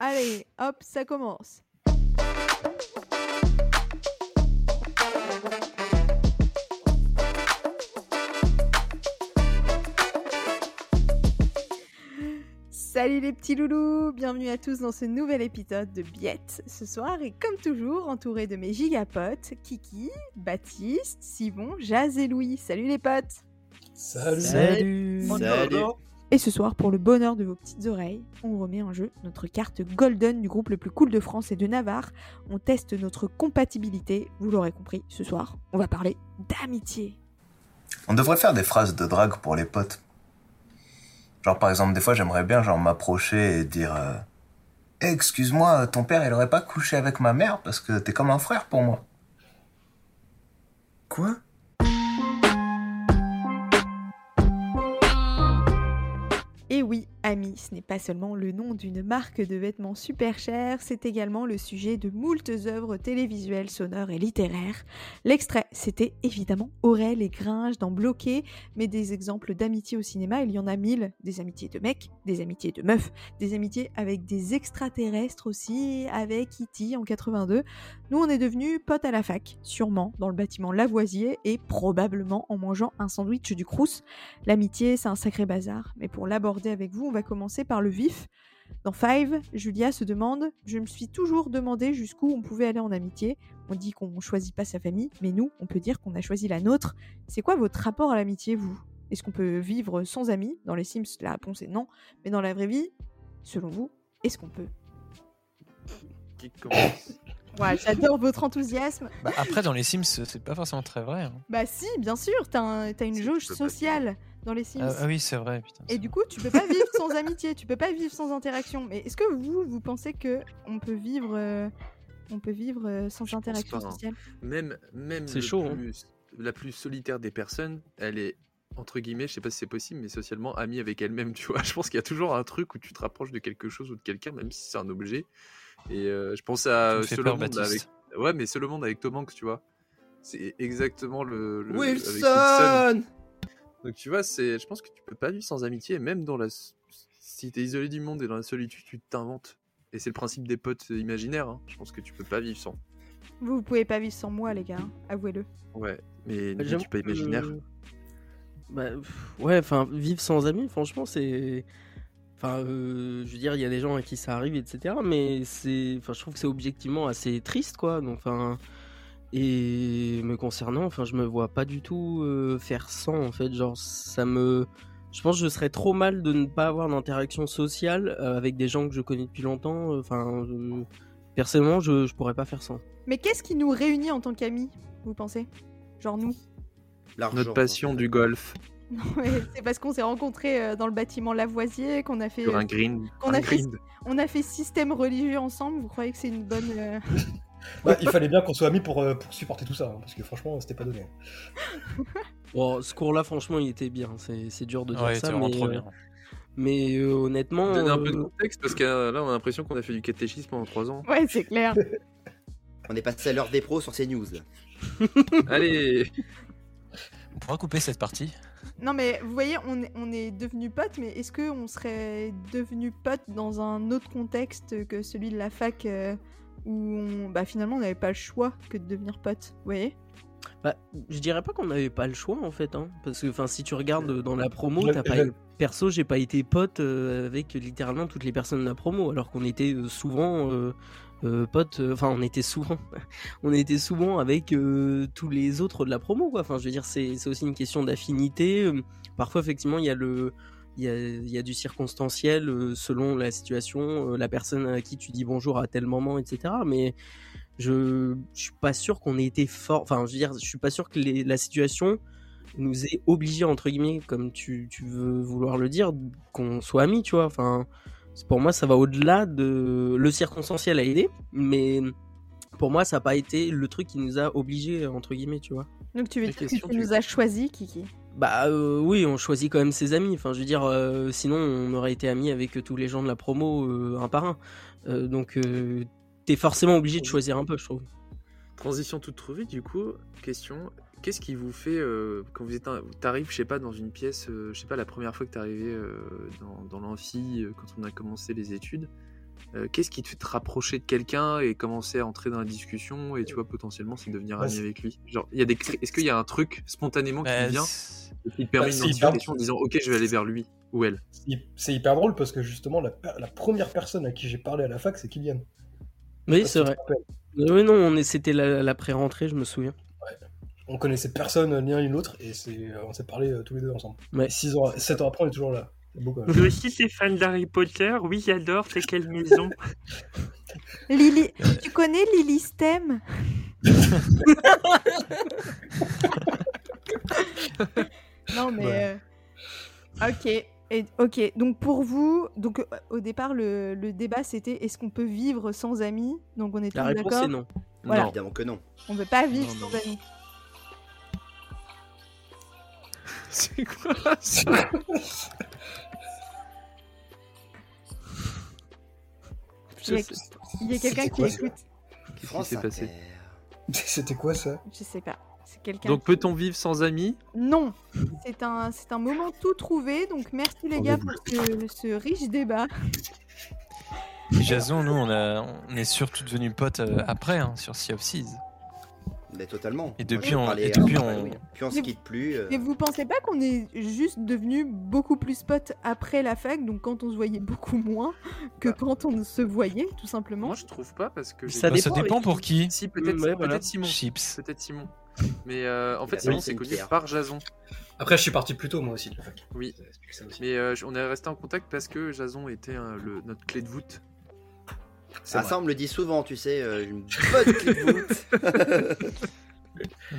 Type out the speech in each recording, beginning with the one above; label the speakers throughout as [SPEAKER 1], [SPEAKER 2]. [SPEAKER 1] Allez, hop, ça commence. Salut les petits loulous, bienvenue à tous dans ce nouvel épisode de Biette. Ce soir, et comme toujours, entouré de mes gigapotes, Kiki, Baptiste, Simon, Jazz et Louis. Salut les potes
[SPEAKER 2] Salut.
[SPEAKER 3] Salut.
[SPEAKER 4] Salut.
[SPEAKER 1] Et ce soir, pour le bonheur de vos petites oreilles, on remet en jeu notre carte Golden du groupe le plus cool de France et de Navarre. On teste notre compatibilité. Vous l'aurez compris, ce soir, on va parler d'amitié.
[SPEAKER 5] On devrait faire des phrases de drague pour les potes. Genre par exemple, des fois j'aimerais bien genre m'approcher et dire euh, Eh, excuse-moi, ton père il aurait pas couché avec ma mère parce que t'es comme un frère pour moi."
[SPEAKER 2] Quoi
[SPEAKER 1] Et Eh oui, Ami, ce n'est pas seulement le nom d'une marque de vêtements super chers, c'est également le sujet de moultes œuvres télévisuelles, sonores et littéraires. L'extrait, c'était évidemment Aurel et Gringe dans Bloqué, mais des exemples d'amitié au cinéma, il y en a mille. Des amitiés de mecs, des amitiés de meufs, des amitiés avec des extraterrestres aussi, avec E.T. en 82. Nous, on est devenus potes à la fac, sûrement dans le bâtiment Lavoisier et probablement en mangeant un sandwich du Crous L'amitié, c'est un sacré bazar, mais pour l'aborder avec vous, on va commencer par le vif. Dans Five, Julia se demande Je me suis toujours demandé jusqu'où on pouvait aller en amitié. On dit qu'on choisit pas sa famille, mais nous, on peut dire qu'on a choisi la nôtre. C'est quoi votre rapport à l'amitié, vous Est-ce qu'on peut vivre sans amis Dans les Sims, la réponse est non, mais dans la vraie vie, selon vous, est-ce qu'on peut
[SPEAKER 4] Qui commence
[SPEAKER 1] Voilà, j'adore votre enthousiasme.
[SPEAKER 3] Bah, après, dans les Sims, c'est pas forcément très vrai. hein.
[SPEAKER 1] Bah, si, bien sûr, t'as un- t'as une
[SPEAKER 4] Si,
[SPEAKER 1] jauge
[SPEAKER 4] tu peux pas dire. Euh,
[SPEAKER 1] sociale dans les Sims.
[SPEAKER 3] Ah, ah oui, c'est vrai. Putain,
[SPEAKER 1] Et
[SPEAKER 3] c'est
[SPEAKER 1] du coup, tu peux pas vivre sans amitié, tu peux pas vivre sans interaction. Mais est-ce que vous, vous pensez que on peut vivre, euh, on peut vivre euh, sans
[SPEAKER 4] Je pense
[SPEAKER 1] interaction
[SPEAKER 4] pas, hein.
[SPEAKER 1] sociale
[SPEAKER 4] Même, même
[SPEAKER 6] C'est
[SPEAKER 4] le
[SPEAKER 6] chaud, hein.
[SPEAKER 4] plus- la plus solitaire des personnes, elle est entre guillemets, je sais pas si c'est possible, mais socialement amie avec elle-même, tu vois. Je pense qu'il y a toujours un truc où tu te rapproches de quelque chose ou de quelqu'un, même si c'est un objet. Et euh, je pense
[SPEAKER 6] Ah,
[SPEAKER 3] vrai. Tu me fais
[SPEAKER 4] à
[SPEAKER 3] peur,
[SPEAKER 4] Seul Monde avec,
[SPEAKER 3] Baptiste.
[SPEAKER 4] ouais, mais Seul Monde avec Tom Hanks, tu vois. C'est exactement le, le- avec
[SPEAKER 2] Wilson
[SPEAKER 4] Donc tu vois, c'est, je pense que tu peux pas vivre sans amitié, et même dans la, s- si t'es isolé du monde et dans la solitude, tu t'inventes. Et c'est le principe des potes imaginaires. hein. Je pense que tu peux pas vivre sans.
[SPEAKER 1] Vous, vous pouvez pas vivre sans moi, les gars, hein, avouez-le.
[SPEAKER 4] Ouais, mais
[SPEAKER 6] Bah,
[SPEAKER 4] ni
[SPEAKER 6] j'avoue
[SPEAKER 4] tu peux
[SPEAKER 6] que-
[SPEAKER 4] imaginaire.
[SPEAKER 6] Bah, pff, ouais, enfin, vivre sans amis, franchement, c'est. Enfin, euh, je veux dire, il y a des gens à qui ça arrive, etc. Mais c'est. Enfin, je trouve que c'est objectivement assez triste, quoi. Donc, enfin. Et me concernant, enfin, je me vois pas du tout euh, faire sans, en fait. Genre, ça me. Je pense que je serais trop mal de ne pas avoir d'interaction sociale euh, avec des gens que je connais depuis longtemps. euh, Enfin, je- personnellement, je, je pourrais pas faire sans.
[SPEAKER 1] Mais qu'est-ce qui nous réunit en tant qu'amis Vous pensez Genre nous
[SPEAKER 4] Notre passion du golf
[SPEAKER 1] Non, mais C'est parce qu'on s'est rencontrés euh, dans le bâtiment Lavoisier, qu'on a fait,
[SPEAKER 4] sur un green.
[SPEAKER 1] qu'on
[SPEAKER 4] un
[SPEAKER 1] a fait-
[SPEAKER 4] green.
[SPEAKER 1] on a fait système religieux ensemble. Vous croyez que c'est une bonne euh,
[SPEAKER 2] Bah, Il fallait bien qu'on soit amis pour, euh, pour supporter tout ça, hein, parce que franchement, c'était pas donné.
[SPEAKER 6] Bon, ce cours-là, franchement, il était bien. C'est c'est dur de dire
[SPEAKER 3] Ouais,
[SPEAKER 6] ça,
[SPEAKER 3] c'est
[SPEAKER 6] mais.
[SPEAKER 3] vraiment trop
[SPEAKER 6] euh,
[SPEAKER 3] bien.
[SPEAKER 6] Mais euh, honnêtement,
[SPEAKER 4] Donner un peu de
[SPEAKER 6] euh,
[SPEAKER 4] contexte parce que euh, là on a l'impression qu'on a fait du catéchisme en 3 ans.
[SPEAKER 1] Ouais, c'est clair.
[SPEAKER 7] On est passé à l'heure des pros sur ces news. là.
[SPEAKER 4] Allez,
[SPEAKER 3] On pourra couper cette partie.
[SPEAKER 1] Non mais vous voyez, on est, on est devenus potes, mais est-ce qu'on serait devenus potes dans un autre contexte que celui de la fac euh, où on- bah, finalement on n'avait pas le choix que de devenir potes, vous voyez
[SPEAKER 6] bah, je dirais pas qu'on n'avait pas le choix en fait, hein, parce que enfin si tu regardes euh, dans la promo,
[SPEAKER 2] Je-
[SPEAKER 6] t'as pas
[SPEAKER 2] je-
[SPEAKER 6] eu- perso j'ai pas été pote euh, avec littéralement toutes les personnes de la promo, alors qu'on était euh, souvent euh, euh, potes, euh, enfin on était souvent, on était souvent avec euh, tous les autres de la promo quoi. Enfin je veux dire c'est c'est aussi une question d'affinité. euh, Parfois effectivement il y a le il y, a, il y a du circonstanciel euh, selon la situation, euh, la personne à qui tu dis bonjour à tel moment, etc. Mais je, je suis pas sûr qu'on ait été fort. Enfin, je veux dire, je suis pas sûr que les- la situation nous ait obligés, entre guillemets, comme tu, tu veux vouloir le dire, qu'on soit amis, tu vois. Enfin, c'est- pour moi, ça va au-delà de. Le circonstanciel a aidé, mais pour moi, ça n'a pas été le truc qui nous a obligés, entre guillemets, tu vois.
[SPEAKER 1] Donc tu veux
[SPEAKER 4] La
[SPEAKER 1] dire que tu
[SPEAKER 4] question du-
[SPEAKER 1] nous as choisi, Kiki
[SPEAKER 6] Bah euh, oui, on choisit quand même ses amis. Enfin, je veux dire, euh, sinon on aurait été amis avec euh, tous les gens de la promo euh, un par un. Euh, donc euh, t'es forcément obligé de choisir un peu, je trouve.
[SPEAKER 4] transition toute trouvée du coup. Question qu'est-ce qui vous fait euh, quand vous êtes un... t'arrives, je sais pas, dans une pièce, euh, je sais pas, la première fois que t'es arrivé euh, dans, dans l'amphi euh, quand on a commencé les études, euh, qu'est-ce qui te fait te rapprocher de quelqu'un et commencer à entrer dans la discussion et tu vois potentiellement c'est devenir
[SPEAKER 2] Bah,
[SPEAKER 4] ami
[SPEAKER 2] c'est-
[SPEAKER 4] avec lui Genre, il y a des, cr- est-ce qu'il y a un truc spontanément qui te
[SPEAKER 3] Bah,
[SPEAKER 4] vient
[SPEAKER 3] c'est-
[SPEAKER 4] et qui te permet
[SPEAKER 2] bah,
[SPEAKER 4] une
[SPEAKER 2] c'est hyper-
[SPEAKER 4] identification en disant ok je vais aller vers lui ou elle
[SPEAKER 2] C'est- C'est hyper drôle parce que justement, la, per- la première personne à qui j'ai parlé à la fac, c'est Kylian.
[SPEAKER 6] Oui,
[SPEAKER 2] Parce
[SPEAKER 6] c'est
[SPEAKER 2] que
[SPEAKER 6] vrai.
[SPEAKER 2] tu te rappelles,
[SPEAKER 6] Oui, non, on est- c'était la, la pré-rentrée, je me souviens.
[SPEAKER 2] On connaissait personne euh, l'un et l'autre et c'est- euh, on s'est parlé euh, tous les deux ensemble.
[SPEAKER 6] Ouais.
[SPEAKER 2] 6 ans, 7 ans après, on est toujours là. C'est beau quand même.
[SPEAKER 8] Lui aussi, c'est fan d'Harry Potter. Oui, j'adore. C'est quelle maison
[SPEAKER 1] Lily, tu connais Lily Stem Non mais
[SPEAKER 2] Ouais.
[SPEAKER 1] euh, ok. Et- ok, donc pour vous, donc euh, au départ le, le débat c'était est-ce qu'on peut vivre sans amis Donc on est tous
[SPEAKER 6] La réponse
[SPEAKER 1] Ah, d'accord.
[SPEAKER 6] est non.
[SPEAKER 1] Voilà.
[SPEAKER 4] Non.
[SPEAKER 7] Évidemment que non.
[SPEAKER 1] On ne peut pas vivre
[SPEAKER 6] Non,
[SPEAKER 1] sans amis.
[SPEAKER 4] C'est quoi ça
[SPEAKER 1] Il y a, il y a quelqu'un
[SPEAKER 2] C'était
[SPEAKER 1] qui
[SPEAKER 2] quoi,
[SPEAKER 1] écoute.
[SPEAKER 4] Qu'est-ce qui
[SPEAKER 7] France
[SPEAKER 4] s'est passé
[SPEAKER 7] Inter.
[SPEAKER 2] C'était quoi ça
[SPEAKER 1] Je sais pas. C'est quelqu'un.
[SPEAKER 4] Donc peut-on vivre sans amis
[SPEAKER 1] Non, c'est un c'est un moment tout trouvé. Donc merci les gars pour ce, ce riche débat.
[SPEAKER 3] Et Jason, nous, on, a, on est surtout devenus potes euh, après, hein, sur Sea of Seas.
[SPEAKER 7] Mais totalement.
[SPEAKER 3] Et
[SPEAKER 7] Moi,
[SPEAKER 3] depuis,
[SPEAKER 7] je
[SPEAKER 3] on-
[SPEAKER 7] parlais
[SPEAKER 3] et
[SPEAKER 6] hein,
[SPEAKER 7] à-
[SPEAKER 3] depuis,
[SPEAKER 7] ah,
[SPEAKER 3] on-
[SPEAKER 7] oui. Puis on se
[SPEAKER 1] Mais-
[SPEAKER 7] quitte plus. euh,
[SPEAKER 1] Et vous pensez pas qu'on est juste devenu beaucoup plus potes après la fac, donc quand on se voyait beaucoup moins que
[SPEAKER 4] Bah.
[SPEAKER 1] quand on se voyait, tout simplement
[SPEAKER 4] Moi je trouve pas parce que j'ai-
[SPEAKER 6] Ça
[SPEAKER 3] Bah, ça
[SPEAKER 6] dépend
[SPEAKER 3] dépend
[SPEAKER 6] avec
[SPEAKER 3] pour qui
[SPEAKER 4] Si peut-être
[SPEAKER 6] Ouais, voilà.
[SPEAKER 4] peut-être Simon,
[SPEAKER 3] Chips.
[SPEAKER 4] peut-être Simon. Mais euh, en
[SPEAKER 7] Il
[SPEAKER 4] fait
[SPEAKER 7] a
[SPEAKER 4] Simon
[SPEAKER 7] lancé
[SPEAKER 4] c'est
[SPEAKER 7] une
[SPEAKER 4] connu
[SPEAKER 7] pierre.
[SPEAKER 4] par Jason.
[SPEAKER 2] Après, je suis parti plus tôt moi aussi de la fac.
[SPEAKER 4] Oui.
[SPEAKER 2] Ça explique ça aussi.
[SPEAKER 4] Mais euh, je- on est resté en contact parce que Jason était euh, le, notre clé de voûte.
[SPEAKER 2] C'est
[SPEAKER 7] Ah,
[SPEAKER 2] vrai.
[SPEAKER 7] ça, on me le dit souvent, tu sais, euh, une bonne clé de voûte.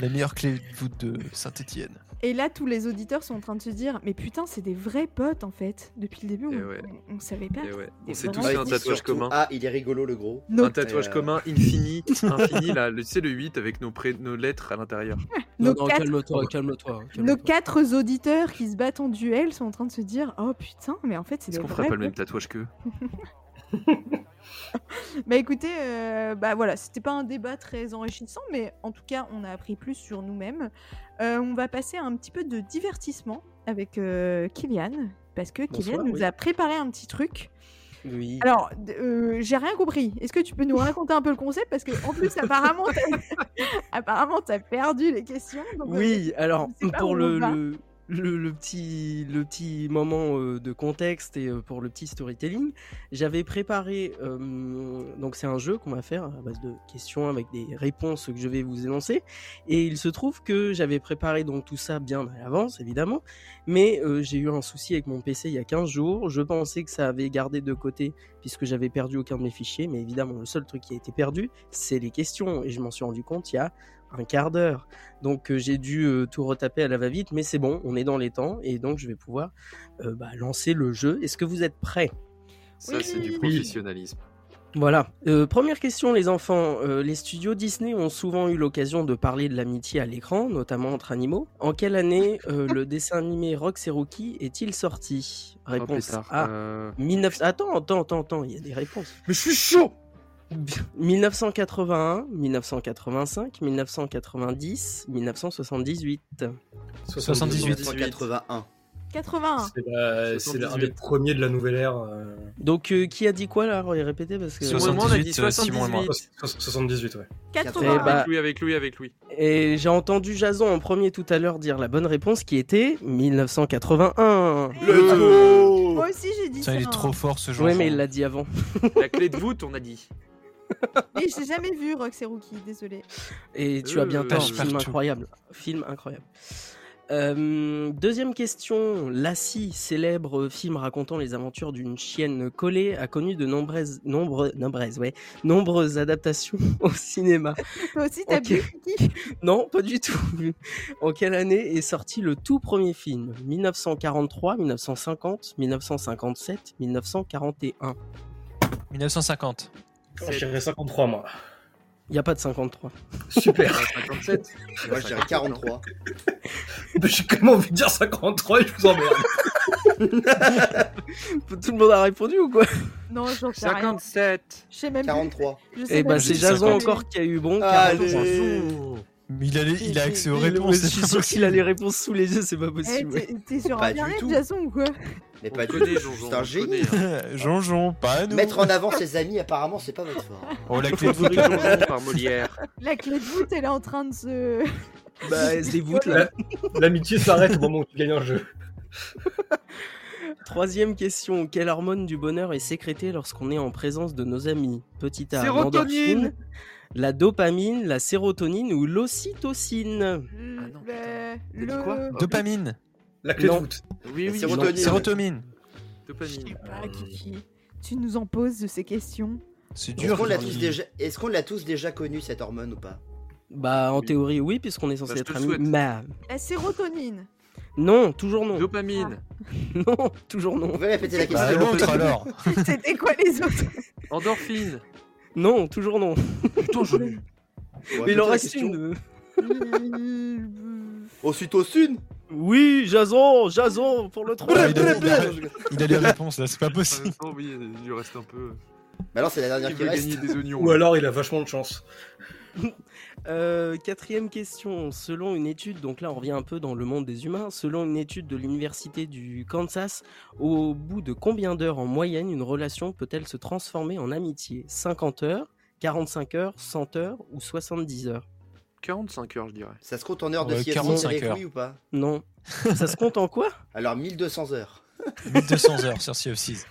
[SPEAKER 3] La meilleure clé de voûte de Saint-Etienne.
[SPEAKER 1] Et là, tous les auditeurs sont en train de se dire Mais putain, c'est des vrais potes en fait. Depuis le début,
[SPEAKER 4] Eh
[SPEAKER 1] on,
[SPEAKER 4] ouais.
[SPEAKER 1] on- on savait pas.
[SPEAKER 4] Et ouais,
[SPEAKER 1] Des
[SPEAKER 4] on s'est tous
[SPEAKER 1] vrais-
[SPEAKER 4] fait
[SPEAKER 7] Ah,
[SPEAKER 4] un
[SPEAKER 7] et
[SPEAKER 4] tatouage
[SPEAKER 7] surtout,
[SPEAKER 4] commun.
[SPEAKER 7] Ah, il est rigolo le gros.
[SPEAKER 1] Nos,
[SPEAKER 4] Un tatouage
[SPEAKER 7] Euh,
[SPEAKER 4] commun infini, infini là, le- tu sais le 8 avec nos, pré- nos lettres à l'intérieur.
[SPEAKER 1] nos
[SPEAKER 6] Non, non,
[SPEAKER 1] quatre,
[SPEAKER 6] calme-toi, calme-toi.
[SPEAKER 1] nos
[SPEAKER 6] calme-toi.
[SPEAKER 1] quatre auditeurs qui se battent en duel sont en train de se dire Oh putain, mais en fait, c'est des
[SPEAKER 4] Est-ce qu'on
[SPEAKER 1] vrais
[SPEAKER 4] ferait pas le
[SPEAKER 1] potes.
[SPEAKER 4] même tatouage qu'eux
[SPEAKER 1] Bah écoutez, euh, bah voilà, c'était pas un débat très enrichissant, mais en tout cas, on a appris plus sur nous-mêmes. Euh, on va passer à un petit peu de divertissement avec euh, Kylian, parce que
[SPEAKER 6] Bonsoir,
[SPEAKER 1] Kylian nous
[SPEAKER 6] oui.
[SPEAKER 1] a préparé un petit truc.
[SPEAKER 6] Oui.
[SPEAKER 1] Alors, d- euh, j'ai rien compris. Est-ce que tu peux nous raconter un peu le concept Parce que en plus, apparemment, t'as- apparemment, t'as perdu les questions. donc, euh,
[SPEAKER 6] Oui, alors
[SPEAKER 1] je sais pas où
[SPEAKER 6] pour
[SPEAKER 1] on
[SPEAKER 6] le,
[SPEAKER 1] va.
[SPEAKER 6] le, le- le petit, le petit moment euh, de contexte et euh, pour le petit storytelling, j'avais préparé. euh, donc, c'est un jeu qu'on va faire à base de questions avec des réponses que je vais vous énoncer. Et il se trouve que j'avais préparé donc tout ça bien à l'avance, évidemment. Mais euh, j'ai eu un souci avec mon PC il y a 15 jours. Je pensais que ça avait gardé de côté puisque j'avais perdu aucun de mes fichiers. Mais évidemment, le seul truc qui a été perdu, c'est les questions. Et je m'en suis rendu compte il y a un quart d'heure. Donc euh, j'ai dû euh, tout retaper à la va-vite, mais c'est bon, on est dans les temps et donc je vais pouvoir euh, bah, lancer le jeu. Est-ce que vous êtes prêts
[SPEAKER 4] Ça
[SPEAKER 1] Oui.
[SPEAKER 4] c'est du
[SPEAKER 1] Oui.
[SPEAKER 4] professionnalisme.
[SPEAKER 6] Voilà. Euh, première question, les enfants. Euh, les studios Disney ont souvent eu l'occasion de parler de l'amitié à l'écran, notamment entre animaux. En quelle année euh, le dessin animé Rox et Rookie est-il sorti
[SPEAKER 4] Oh,
[SPEAKER 6] Réponse
[SPEAKER 4] pétard.
[SPEAKER 6] A.
[SPEAKER 4] Euh,
[SPEAKER 6] 19... Attends, attends, attends, attends, il y a des réponses.
[SPEAKER 4] Mais je suis chaud
[SPEAKER 6] 1981, 1985, 1990, 1978.
[SPEAKER 3] 78.
[SPEAKER 7] 1981.
[SPEAKER 1] 81.
[SPEAKER 2] C'est la- c'est la- un des
[SPEAKER 4] 78.
[SPEAKER 2] premiers de la nouvelle ère. euh,
[SPEAKER 6] Donc euh, qui a dit quoi là Répétez parce que...
[SPEAKER 4] Moi, moi, on a dit
[SPEAKER 3] 78, euh, Simon et moi.
[SPEAKER 4] 78.
[SPEAKER 2] 78, ouais.
[SPEAKER 1] 81.
[SPEAKER 6] Eh bah,
[SPEAKER 4] Avec Louis, avec Louis, avec Louis.
[SPEAKER 6] Et j'ai entendu Jason en premier tout à l'heure dire la bonne réponse qui était 1981.
[SPEAKER 4] Let's go
[SPEAKER 1] Moi aussi, j'ai dit ça.
[SPEAKER 3] Ça, il est trop fort ce jour.
[SPEAKER 6] Oui, mais il l'a dit avant.
[SPEAKER 4] La clé de voûte, on a dit.
[SPEAKER 1] Mais j'ai jamais vu Rox et Rookie, désolé.
[SPEAKER 6] Et tu as
[SPEAKER 4] Euh,
[SPEAKER 6] bien tort,
[SPEAKER 3] Passe
[SPEAKER 6] film
[SPEAKER 3] partout.
[SPEAKER 6] incroyable. Film incroyable. Euh, deuxième question. Lassie, célèbre film racontant les aventures d'une chienne collée, a connu de nombreuses, nombreuses, nombreuses, ouais, nombreuses adaptations au cinéma.
[SPEAKER 1] Toi aussi, t'as
[SPEAKER 6] Ok.
[SPEAKER 1] vu Rookie
[SPEAKER 6] Non, pas du tout. En quelle année est sorti le tout premier film 1943, 1950, 1957, 1941.
[SPEAKER 3] 1950.
[SPEAKER 2] Je dirais 53, moi.
[SPEAKER 6] Il n'y a pas de 53.
[SPEAKER 2] Super.
[SPEAKER 4] 57.
[SPEAKER 7] Moi, je dirais 43.
[SPEAKER 2] Mais J'ai quand même envie de dire 53 et je vous emmerde.
[SPEAKER 6] Tout le monde a répondu ou quoi
[SPEAKER 1] Non, j'en sais rien.
[SPEAKER 4] 57.
[SPEAKER 1] Je sais même plus.
[SPEAKER 7] 43.
[SPEAKER 1] Je sais
[SPEAKER 6] Eh
[SPEAKER 1] même
[SPEAKER 6] ben
[SPEAKER 1] plus
[SPEAKER 6] c'est
[SPEAKER 1] si
[SPEAKER 6] Jason
[SPEAKER 1] j'ai vu.
[SPEAKER 6] encore qui a eu bon.
[SPEAKER 7] Allez.
[SPEAKER 6] 43.
[SPEAKER 7] Ouh.
[SPEAKER 3] Mais il a, les- il a accès aux
[SPEAKER 6] Mais le-
[SPEAKER 3] réponses.
[SPEAKER 6] Je suis
[SPEAKER 3] c'est pas
[SPEAKER 6] sûr qu'il a les réponses sous les yeux, c'est pas
[SPEAKER 1] Eh,
[SPEAKER 6] possible.
[SPEAKER 1] t'es- T'es sur
[SPEAKER 7] Pas
[SPEAKER 1] internet,
[SPEAKER 7] du tout.
[SPEAKER 1] Jason, ou quoi
[SPEAKER 7] Mais
[SPEAKER 4] On
[SPEAKER 7] pas du
[SPEAKER 4] connaît,
[SPEAKER 7] tout.
[SPEAKER 4] Jean-Jean,
[SPEAKER 7] C'est un
[SPEAKER 4] on
[SPEAKER 7] génie.
[SPEAKER 4] connaît, hein.
[SPEAKER 3] possible. Jonjon, pas à nous.
[SPEAKER 7] Mettre en avant ses amis, apparemment, c'est pas votre fort.
[SPEAKER 3] Oh, la clé de voûte.
[SPEAKER 4] Favori Jean-Jean par Molière.
[SPEAKER 1] La clé de voûte, elle est en train de se.
[SPEAKER 6] Bah, elle se dévoûte là.
[SPEAKER 2] L'amitié s'arrête au moment où tu gagnes un jeu.
[SPEAKER 6] Troisième question quelle hormone du bonheur est sécrétée lorsqu'on est en présence de nos amis Petit A, Sérotonine. l'endorphine, la dopamine, la sérotonine ou l'ocytocine
[SPEAKER 4] Ah non,
[SPEAKER 1] Le-
[SPEAKER 4] T'as dit quoi
[SPEAKER 1] le-
[SPEAKER 4] Oh,
[SPEAKER 3] Dopamine.
[SPEAKER 2] La clé de
[SPEAKER 6] Non.
[SPEAKER 2] voûte.
[SPEAKER 4] Oui, oui,
[SPEAKER 7] Sérotonine.
[SPEAKER 4] non, sérotonine.
[SPEAKER 3] Sérotonine.
[SPEAKER 1] Je sais
[SPEAKER 4] Dopamine.
[SPEAKER 1] pas, Kiki. Tu nous en poses de ces questions.
[SPEAKER 3] C'est
[SPEAKER 7] Est-ce
[SPEAKER 3] dur.
[SPEAKER 7] qu'on l'a
[SPEAKER 3] Jean-Jean.
[SPEAKER 7] tous déjà, est-ce qu'on l'a tous déjà connu cette hormone ou pas
[SPEAKER 6] Bah, en
[SPEAKER 4] Oui.
[SPEAKER 6] théorie, oui, puisqu'on est censé
[SPEAKER 4] Bah, je te
[SPEAKER 6] être
[SPEAKER 4] le
[SPEAKER 6] amis.
[SPEAKER 4] souhaite.
[SPEAKER 6] Bah,
[SPEAKER 1] La sérotonine.
[SPEAKER 6] non, toujours non.
[SPEAKER 4] Dopamine.
[SPEAKER 6] Non, toujours
[SPEAKER 7] Vous
[SPEAKER 6] non.
[SPEAKER 7] pouvez répéter la
[SPEAKER 3] Bah,
[SPEAKER 7] question
[SPEAKER 3] l'autre alors.
[SPEAKER 1] C'était quoi les autres
[SPEAKER 4] Endorphine.
[SPEAKER 6] Non, toujours non.
[SPEAKER 4] Bah, Putain, je l'ai.
[SPEAKER 6] Mais il en reste une.
[SPEAKER 1] Euh,
[SPEAKER 7] Ensuite au sud
[SPEAKER 6] Oui, Jason, Jason, pour le
[SPEAKER 3] Ah,
[SPEAKER 6] troisième.
[SPEAKER 3] il, a, il a- il a les réponses là, c'est pas possible.
[SPEAKER 4] Non, oui, il lui reste un peu.
[SPEAKER 7] Bah non, c'est la
[SPEAKER 4] Il
[SPEAKER 7] dernière qui
[SPEAKER 4] veut
[SPEAKER 7] reste.
[SPEAKER 4] gagner des oignons. hein.
[SPEAKER 2] Ou alors il a vachement de chance.
[SPEAKER 6] Euh, quatrième question. Selon une étude, donc là on revient un peu dans le monde des humains, selon une étude de l'université du Kansas, au bout de combien d'heures en moyenne une relation peut-elle se transformer en amitié 50 heures, 45 heures, 100 heures ou 70 heures
[SPEAKER 4] 45 heures, je dirais.
[SPEAKER 7] Ça se compte en heures de
[SPEAKER 3] Ouais,
[SPEAKER 7] sieste
[SPEAKER 3] 45
[SPEAKER 7] avec
[SPEAKER 3] heures.
[SPEAKER 7] lui ou pas
[SPEAKER 6] Non. Ça se compte en quoi
[SPEAKER 7] Alors 1200 heures.
[SPEAKER 3] 1200 heures sur Sea of Seas.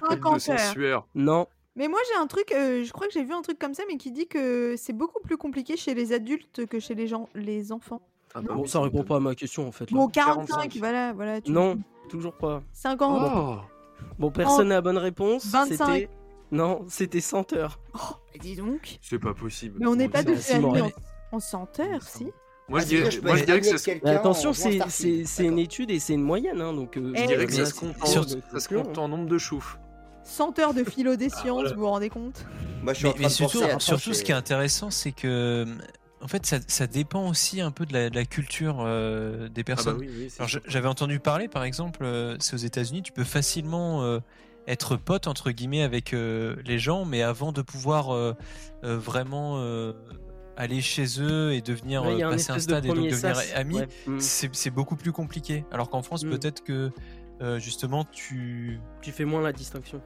[SPEAKER 1] 50
[SPEAKER 4] 1200
[SPEAKER 1] heures.
[SPEAKER 4] sueurs.
[SPEAKER 6] Non.
[SPEAKER 1] Mais moi j'ai un truc, euh, je crois que j'ai vu un truc comme ça, mais qui dit que c'est beaucoup plus compliqué chez les adultes que chez les gens, les enfants.
[SPEAKER 4] Ah,
[SPEAKER 6] Bon,
[SPEAKER 4] oui,
[SPEAKER 6] ça répond pas à ma question en fait. là.
[SPEAKER 1] Bon, 45,
[SPEAKER 4] 45.
[SPEAKER 1] voilà, voilà. tu-
[SPEAKER 6] Non, toujours pas.
[SPEAKER 1] 50.
[SPEAKER 4] Oh,
[SPEAKER 6] Bon, personne n'a la bonne réponse.
[SPEAKER 1] 25.
[SPEAKER 6] C'était- Non, c'était 100 heures.
[SPEAKER 1] Oh, dis donc.
[SPEAKER 4] c'est pas possible.
[SPEAKER 1] Mais on n'est pas
[SPEAKER 6] dit-
[SPEAKER 1] tous
[SPEAKER 6] si,
[SPEAKER 1] amis
[SPEAKER 6] bon,
[SPEAKER 1] en,
[SPEAKER 6] allez.
[SPEAKER 1] en senteur, si.
[SPEAKER 4] Moi,
[SPEAKER 7] Ah,
[SPEAKER 4] je dirais,
[SPEAKER 7] c'est-à-dire,
[SPEAKER 4] moi, je
[SPEAKER 7] peux
[SPEAKER 4] dirais
[SPEAKER 7] être
[SPEAKER 4] que ça
[SPEAKER 7] ami
[SPEAKER 4] se-
[SPEAKER 7] avec
[SPEAKER 6] Mais
[SPEAKER 7] quelqu'un en
[SPEAKER 6] attention, c'est
[SPEAKER 7] jouant à
[SPEAKER 6] c'est-
[SPEAKER 7] Starfield.
[SPEAKER 6] c'est une étude et c'est une moyenne, hein, donc. euh,
[SPEAKER 1] Eh,
[SPEAKER 4] je dirais que
[SPEAKER 6] mais-
[SPEAKER 4] ça se compte en-
[SPEAKER 3] Sur-
[SPEAKER 4] ça se
[SPEAKER 6] euh, hein.
[SPEAKER 4] compte en nombre de choufs. Ah
[SPEAKER 1] Senteur de philo des
[SPEAKER 6] Ah,
[SPEAKER 1] sciences,
[SPEAKER 2] voilà.
[SPEAKER 1] vous vous rendez compte
[SPEAKER 7] Moi, je suis en
[SPEAKER 3] Mais,
[SPEAKER 7] train
[SPEAKER 3] mais
[SPEAKER 7] de
[SPEAKER 3] surtout,
[SPEAKER 7] penser à
[SPEAKER 3] surtout, ce
[SPEAKER 7] trancher.
[SPEAKER 3] qui est intéressant, c'est que en fait, ça, ça dépend aussi un peu de la, de la culture euh, des
[SPEAKER 4] Ah bah
[SPEAKER 3] personnes.
[SPEAKER 4] oui, oui, c'est
[SPEAKER 3] Alors, je- J'avais entendu parler, par exemple, euh, c'est aux États-Unis, tu peux facilement euh, être pote entre guillemets avec euh, les gens, mais avant de pouvoir euh, euh, vraiment euh, aller chez eux et devenir
[SPEAKER 6] Ouais, il y a
[SPEAKER 3] euh,
[SPEAKER 6] un
[SPEAKER 3] passer un
[SPEAKER 6] espèce de
[SPEAKER 3] stade et donc
[SPEAKER 6] premier
[SPEAKER 3] devenir
[SPEAKER 6] sas.
[SPEAKER 3] ami,
[SPEAKER 6] Ouais. Mm.
[SPEAKER 3] c'est c'est beaucoup plus compliqué. Alors qu'en France,
[SPEAKER 6] Mm.
[SPEAKER 3] peut-être que euh, justement, tu,
[SPEAKER 6] Tu fais moins la distinction.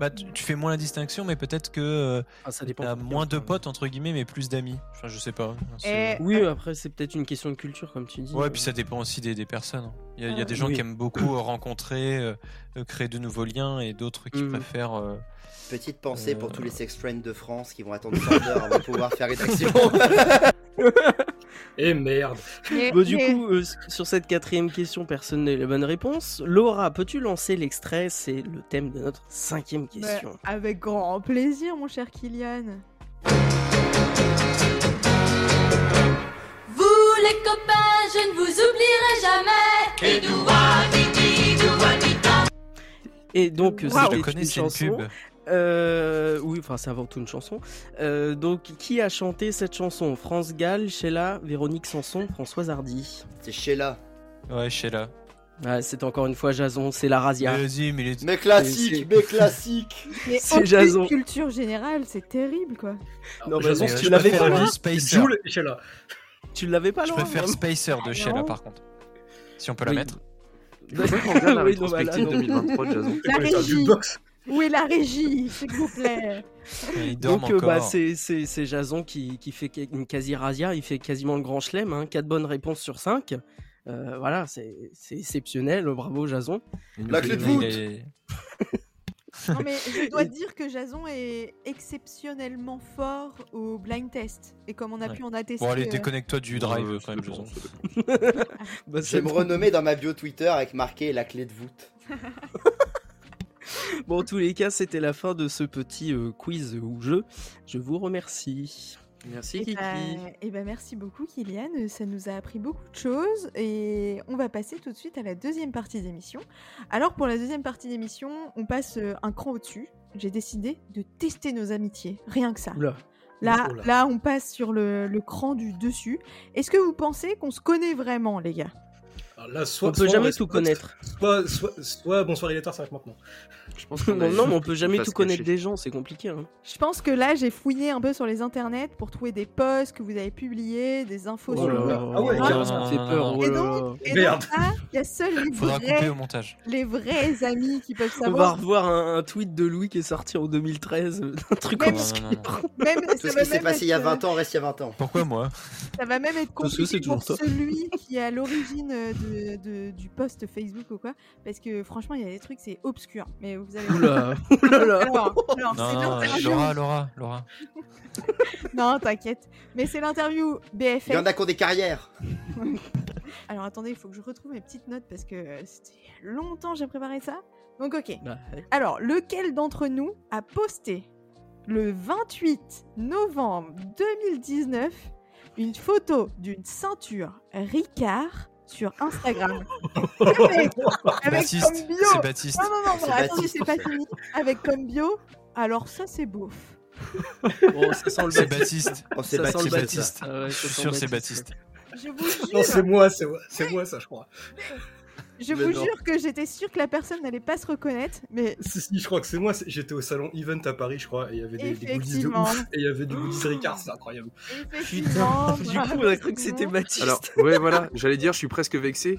[SPEAKER 3] bah, tu, tu fais moins la distinction, mais peut-être que euh,
[SPEAKER 6] Ah, ça
[SPEAKER 3] t'as moins de potes entre guillemets, mais plus d'amis. Enfin, je sais pas. C'est-
[SPEAKER 1] Eh,
[SPEAKER 6] Oui, après, c'est peut-être une question de culture, comme tu dis.
[SPEAKER 3] Ouais, puis ça dépend aussi des, des personnes. hein. Il y a, il y a des gens
[SPEAKER 6] Ah, Oui.
[SPEAKER 3] qui aiment beaucoup rencontrer, euh, euh, créer de nouveaux liens, et d'autres qui
[SPEAKER 6] Mhm.
[SPEAKER 3] préfèrent. euh,
[SPEAKER 7] Petite pensée pour
[SPEAKER 3] Euh.
[SPEAKER 7] tous les sex friends de France qui vont attendre 100 heures avant de pouvoir faire rédaction.
[SPEAKER 2] Et Eh merde.
[SPEAKER 1] mais-
[SPEAKER 6] Bon, du
[SPEAKER 1] mais-
[SPEAKER 6] coup, euh, s- sur cette quatrième question, personne n'a eu la bonne réponse. Laura, peux-tu lancer l'extrait C'est le thème de notre cinquième
[SPEAKER 1] mais
[SPEAKER 6] question.
[SPEAKER 1] avec grand plaisir, mon cher Kylian.
[SPEAKER 9] Vous les copains, je ne vous oublierai jamais. Et
[SPEAKER 6] Et donc,
[SPEAKER 1] Wow.
[SPEAKER 6] c'est
[SPEAKER 1] Ah,
[SPEAKER 3] je
[SPEAKER 1] oui,
[SPEAKER 3] le connais,
[SPEAKER 6] une
[SPEAKER 3] c'est une
[SPEAKER 6] chanson.
[SPEAKER 3] pub.
[SPEAKER 6] Euh, oui, enfin, c'est avant tout une chanson. Euh, donc, qui a chanté cette chanson France Gall, Sheila, Véronique Sanson, Françoise Hardy.
[SPEAKER 7] c'est Sheila.
[SPEAKER 3] Ouais, Sheila.
[SPEAKER 6] Ah, c'est encore une fois Jason, c'est la
[SPEAKER 3] Mais
[SPEAKER 6] Razia.
[SPEAKER 3] Vas-y, mais les...
[SPEAKER 7] Mais
[SPEAKER 6] C'est-
[SPEAKER 7] classique, mais classique.
[SPEAKER 1] Mais
[SPEAKER 6] C'est
[SPEAKER 1] aucune
[SPEAKER 6] Jason.
[SPEAKER 1] culture générale, c'est terrible quoi.
[SPEAKER 6] Non,
[SPEAKER 2] Jason,
[SPEAKER 6] mais,
[SPEAKER 2] si
[SPEAKER 3] euh,
[SPEAKER 2] tu
[SPEAKER 3] je
[SPEAKER 2] l'avais
[SPEAKER 3] préfère
[SPEAKER 2] pas,
[SPEAKER 3] le
[SPEAKER 2] hein.
[SPEAKER 3] Spacer.
[SPEAKER 2] Joule et Sheila.
[SPEAKER 6] Tu l'avais pas,
[SPEAKER 3] Je
[SPEAKER 6] Laura
[SPEAKER 3] préfère Spacer de Sheila,
[SPEAKER 1] non.
[SPEAKER 3] par contre. Si on peut la
[SPEAKER 6] Oui.
[SPEAKER 3] mettre.
[SPEAKER 4] Il faut pas qu'on regarde la
[SPEAKER 6] Oui, non, bah là,
[SPEAKER 4] rétrospective
[SPEAKER 6] non.
[SPEAKER 4] 2023 de Jason.
[SPEAKER 1] La
[SPEAKER 2] C'est un
[SPEAKER 1] régie.
[SPEAKER 2] jukebox.
[SPEAKER 1] Où est la régie, s'il vous plaît
[SPEAKER 3] Ils dorment
[SPEAKER 6] Donc euh, bah,
[SPEAKER 3] encore.
[SPEAKER 6] c'est c'est- c'est Jason qui, qui fait une quasi razzia, il fait quasiment le grand chelem, hein, 4 bonnes réponses sur 5. voilà, c'est c'est exceptionnel, bravo Jason.
[SPEAKER 7] La clé de
[SPEAKER 3] Il
[SPEAKER 7] voûte.
[SPEAKER 3] est-
[SPEAKER 1] Non mais je dois dire que Jason est exceptionnellement fort au blind test. Et comme on a
[SPEAKER 3] Ouais.
[SPEAKER 1] pu en attester...
[SPEAKER 3] Bon, allez,
[SPEAKER 1] euh,
[SPEAKER 3] déconnecte-toi du drive
[SPEAKER 4] Ouais,
[SPEAKER 3] quand même,
[SPEAKER 4] c'est bon,
[SPEAKER 3] Jason.
[SPEAKER 4] c'est bon.
[SPEAKER 6] Bah,
[SPEAKER 7] Je vais
[SPEAKER 6] c'est
[SPEAKER 7] me
[SPEAKER 6] bon.
[SPEAKER 7] renommer dans ma bio Twitter avec marqué la clé de voûte.
[SPEAKER 6] Bon, en tous les cas, c'était la fin de ce petit euh, quiz ou jeu. Je vous remercie.
[SPEAKER 4] Merci
[SPEAKER 1] Et
[SPEAKER 4] Kiki.
[SPEAKER 1] ben, eh ben, merci beaucoup Kylian, ça nous a appris beaucoup de choses et on va passer tout de suite à la deuxième partie d'émission. Alors pour la deuxième partie d'émission, on passe euh, un cran au-dessus. J'ai décidé de tester nos amitiés, rien que ça.
[SPEAKER 6] Oula.
[SPEAKER 1] Là,
[SPEAKER 2] Oh là.
[SPEAKER 1] là on passe sur le, le cran du dessus. Est-ce que vous pensez qu'on se connaît vraiment les gars
[SPEAKER 2] Alors là, soit,
[SPEAKER 6] On peut
[SPEAKER 2] soit
[SPEAKER 6] jamais
[SPEAKER 2] reste
[SPEAKER 6] tout
[SPEAKER 2] potes,
[SPEAKER 6] connaître.
[SPEAKER 2] Soit, soit, soit bonsoir, il est tard, ça arrive maintenant.
[SPEAKER 4] Je pense qu'on a
[SPEAKER 6] Non, mais on
[SPEAKER 4] juste
[SPEAKER 6] peut
[SPEAKER 4] une
[SPEAKER 6] jamais
[SPEAKER 4] face
[SPEAKER 6] tout connaître
[SPEAKER 4] cachée.
[SPEAKER 6] des gens, c'est compliqué. hein.
[SPEAKER 1] Je pense que là, j'ai fouillé un peu sur les internets pour trouver des posts que vous avez publiés, des infos
[SPEAKER 2] Oh
[SPEAKER 1] sur
[SPEAKER 2] là
[SPEAKER 1] le
[SPEAKER 2] là. Ah ouais,
[SPEAKER 6] non,
[SPEAKER 2] carrément.
[SPEAKER 6] ça me fait
[SPEAKER 3] Non, non,
[SPEAKER 6] peur.
[SPEAKER 1] non,
[SPEAKER 6] oh là
[SPEAKER 1] non.
[SPEAKER 6] là.
[SPEAKER 1] Et
[SPEAKER 2] Merde.
[SPEAKER 1] donc là, il y a seuls les
[SPEAKER 3] Faudra couper
[SPEAKER 1] vrais,
[SPEAKER 3] au montage.
[SPEAKER 1] les vrais amis qui peuvent
[SPEAKER 6] On va
[SPEAKER 1] savoir.
[SPEAKER 6] revoir un, un tweet de Louis qui est sorti en 2013, euh, un truc
[SPEAKER 1] Même-
[SPEAKER 6] comme ça.
[SPEAKER 3] Non, non, non,
[SPEAKER 1] Même,
[SPEAKER 7] Tout
[SPEAKER 1] ça
[SPEAKER 7] ce
[SPEAKER 1] va
[SPEAKER 7] qui s'est
[SPEAKER 1] même
[SPEAKER 7] passé il y a
[SPEAKER 1] être,
[SPEAKER 7] 20 ans reste il y a 20 ans.
[SPEAKER 3] Pourquoi moi
[SPEAKER 1] Ça va même être
[SPEAKER 6] Parce que c'est
[SPEAKER 1] compliqué pour
[SPEAKER 6] toujours
[SPEAKER 1] celui qui est à l'origine euh, de, de- du post Facebook ou quoi, parce que franchement, il y a des trucs, c'est obscur. Mais vous allez. voir.
[SPEAKER 6] Oula, oulala.
[SPEAKER 1] Alors, alors, c'est
[SPEAKER 3] Non,
[SPEAKER 1] l'interview.
[SPEAKER 3] Laura, Laura, Laura.
[SPEAKER 1] Non, t'inquiète. Mais c'est l'interview
[SPEAKER 7] Il y en
[SPEAKER 1] BFM.
[SPEAKER 7] a qui ont des carrières.
[SPEAKER 1] Alors attendez, il faut que je retrouve mes petites notes parce que euh, c'était il y a longtemps que j'ai préparé ça. Donc ok.
[SPEAKER 6] Bah, ouais.
[SPEAKER 1] Alors, lequel d'entre nous a posté le 28 novembre 2019 une photo d'une ceinture Ricard sur Instagram Avec, avec
[SPEAKER 3] Baptiste,
[SPEAKER 1] Ah, comme
[SPEAKER 3] c'est
[SPEAKER 1] bio
[SPEAKER 3] Baptiste.
[SPEAKER 1] Non, non, non,
[SPEAKER 7] C'est
[SPEAKER 1] bah, attendez,
[SPEAKER 7] Baptiste,
[SPEAKER 1] c'est pas
[SPEAKER 7] ça.
[SPEAKER 1] fini. Avec comme bio, alors ça c'est beauf.
[SPEAKER 6] Oh, ça sent le
[SPEAKER 3] C'est
[SPEAKER 6] Baptiste.
[SPEAKER 3] Baptiste.
[SPEAKER 7] Oh, c'est
[SPEAKER 6] Ça sent
[SPEAKER 7] Baptiste.
[SPEAKER 6] le Baptiste.
[SPEAKER 7] ça.
[SPEAKER 6] Ah ouais,
[SPEAKER 3] Je suis
[SPEAKER 6] ça sent
[SPEAKER 3] sûr, c'est
[SPEAKER 6] Baptiste.
[SPEAKER 3] Baptiste.
[SPEAKER 1] Je vous jure.
[SPEAKER 2] Non, c'est moi, c'est moi, c'est moi, ça, je crois.
[SPEAKER 1] Je
[SPEAKER 4] Mais
[SPEAKER 1] vous
[SPEAKER 4] non.
[SPEAKER 1] jure que j'étais sûre que la personne n'allait pas se reconnaître, mais
[SPEAKER 2] Si, si, je crois que c'est moi. c'est- J'étais au salon Event à Paris, je crois, et il y avait des, des goodies de
[SPEAKER 1] effectivement,
[SPEAKER 2] ouf, et il y avait du goodies Ricard, c'est incroyable.
[SPEAKER 1] effectivement,
[SPEAKER 6] Du
[SPEAKER 1] bravo,
[SPEAKER 6] coup, on a cru que c'était
[SPEAKER 1] effectivement.
[SPEAKER 6] Baptiste.
[SPEAKER 4] Alors, ouais, voilà, j'allais dire, je suis presque vexé.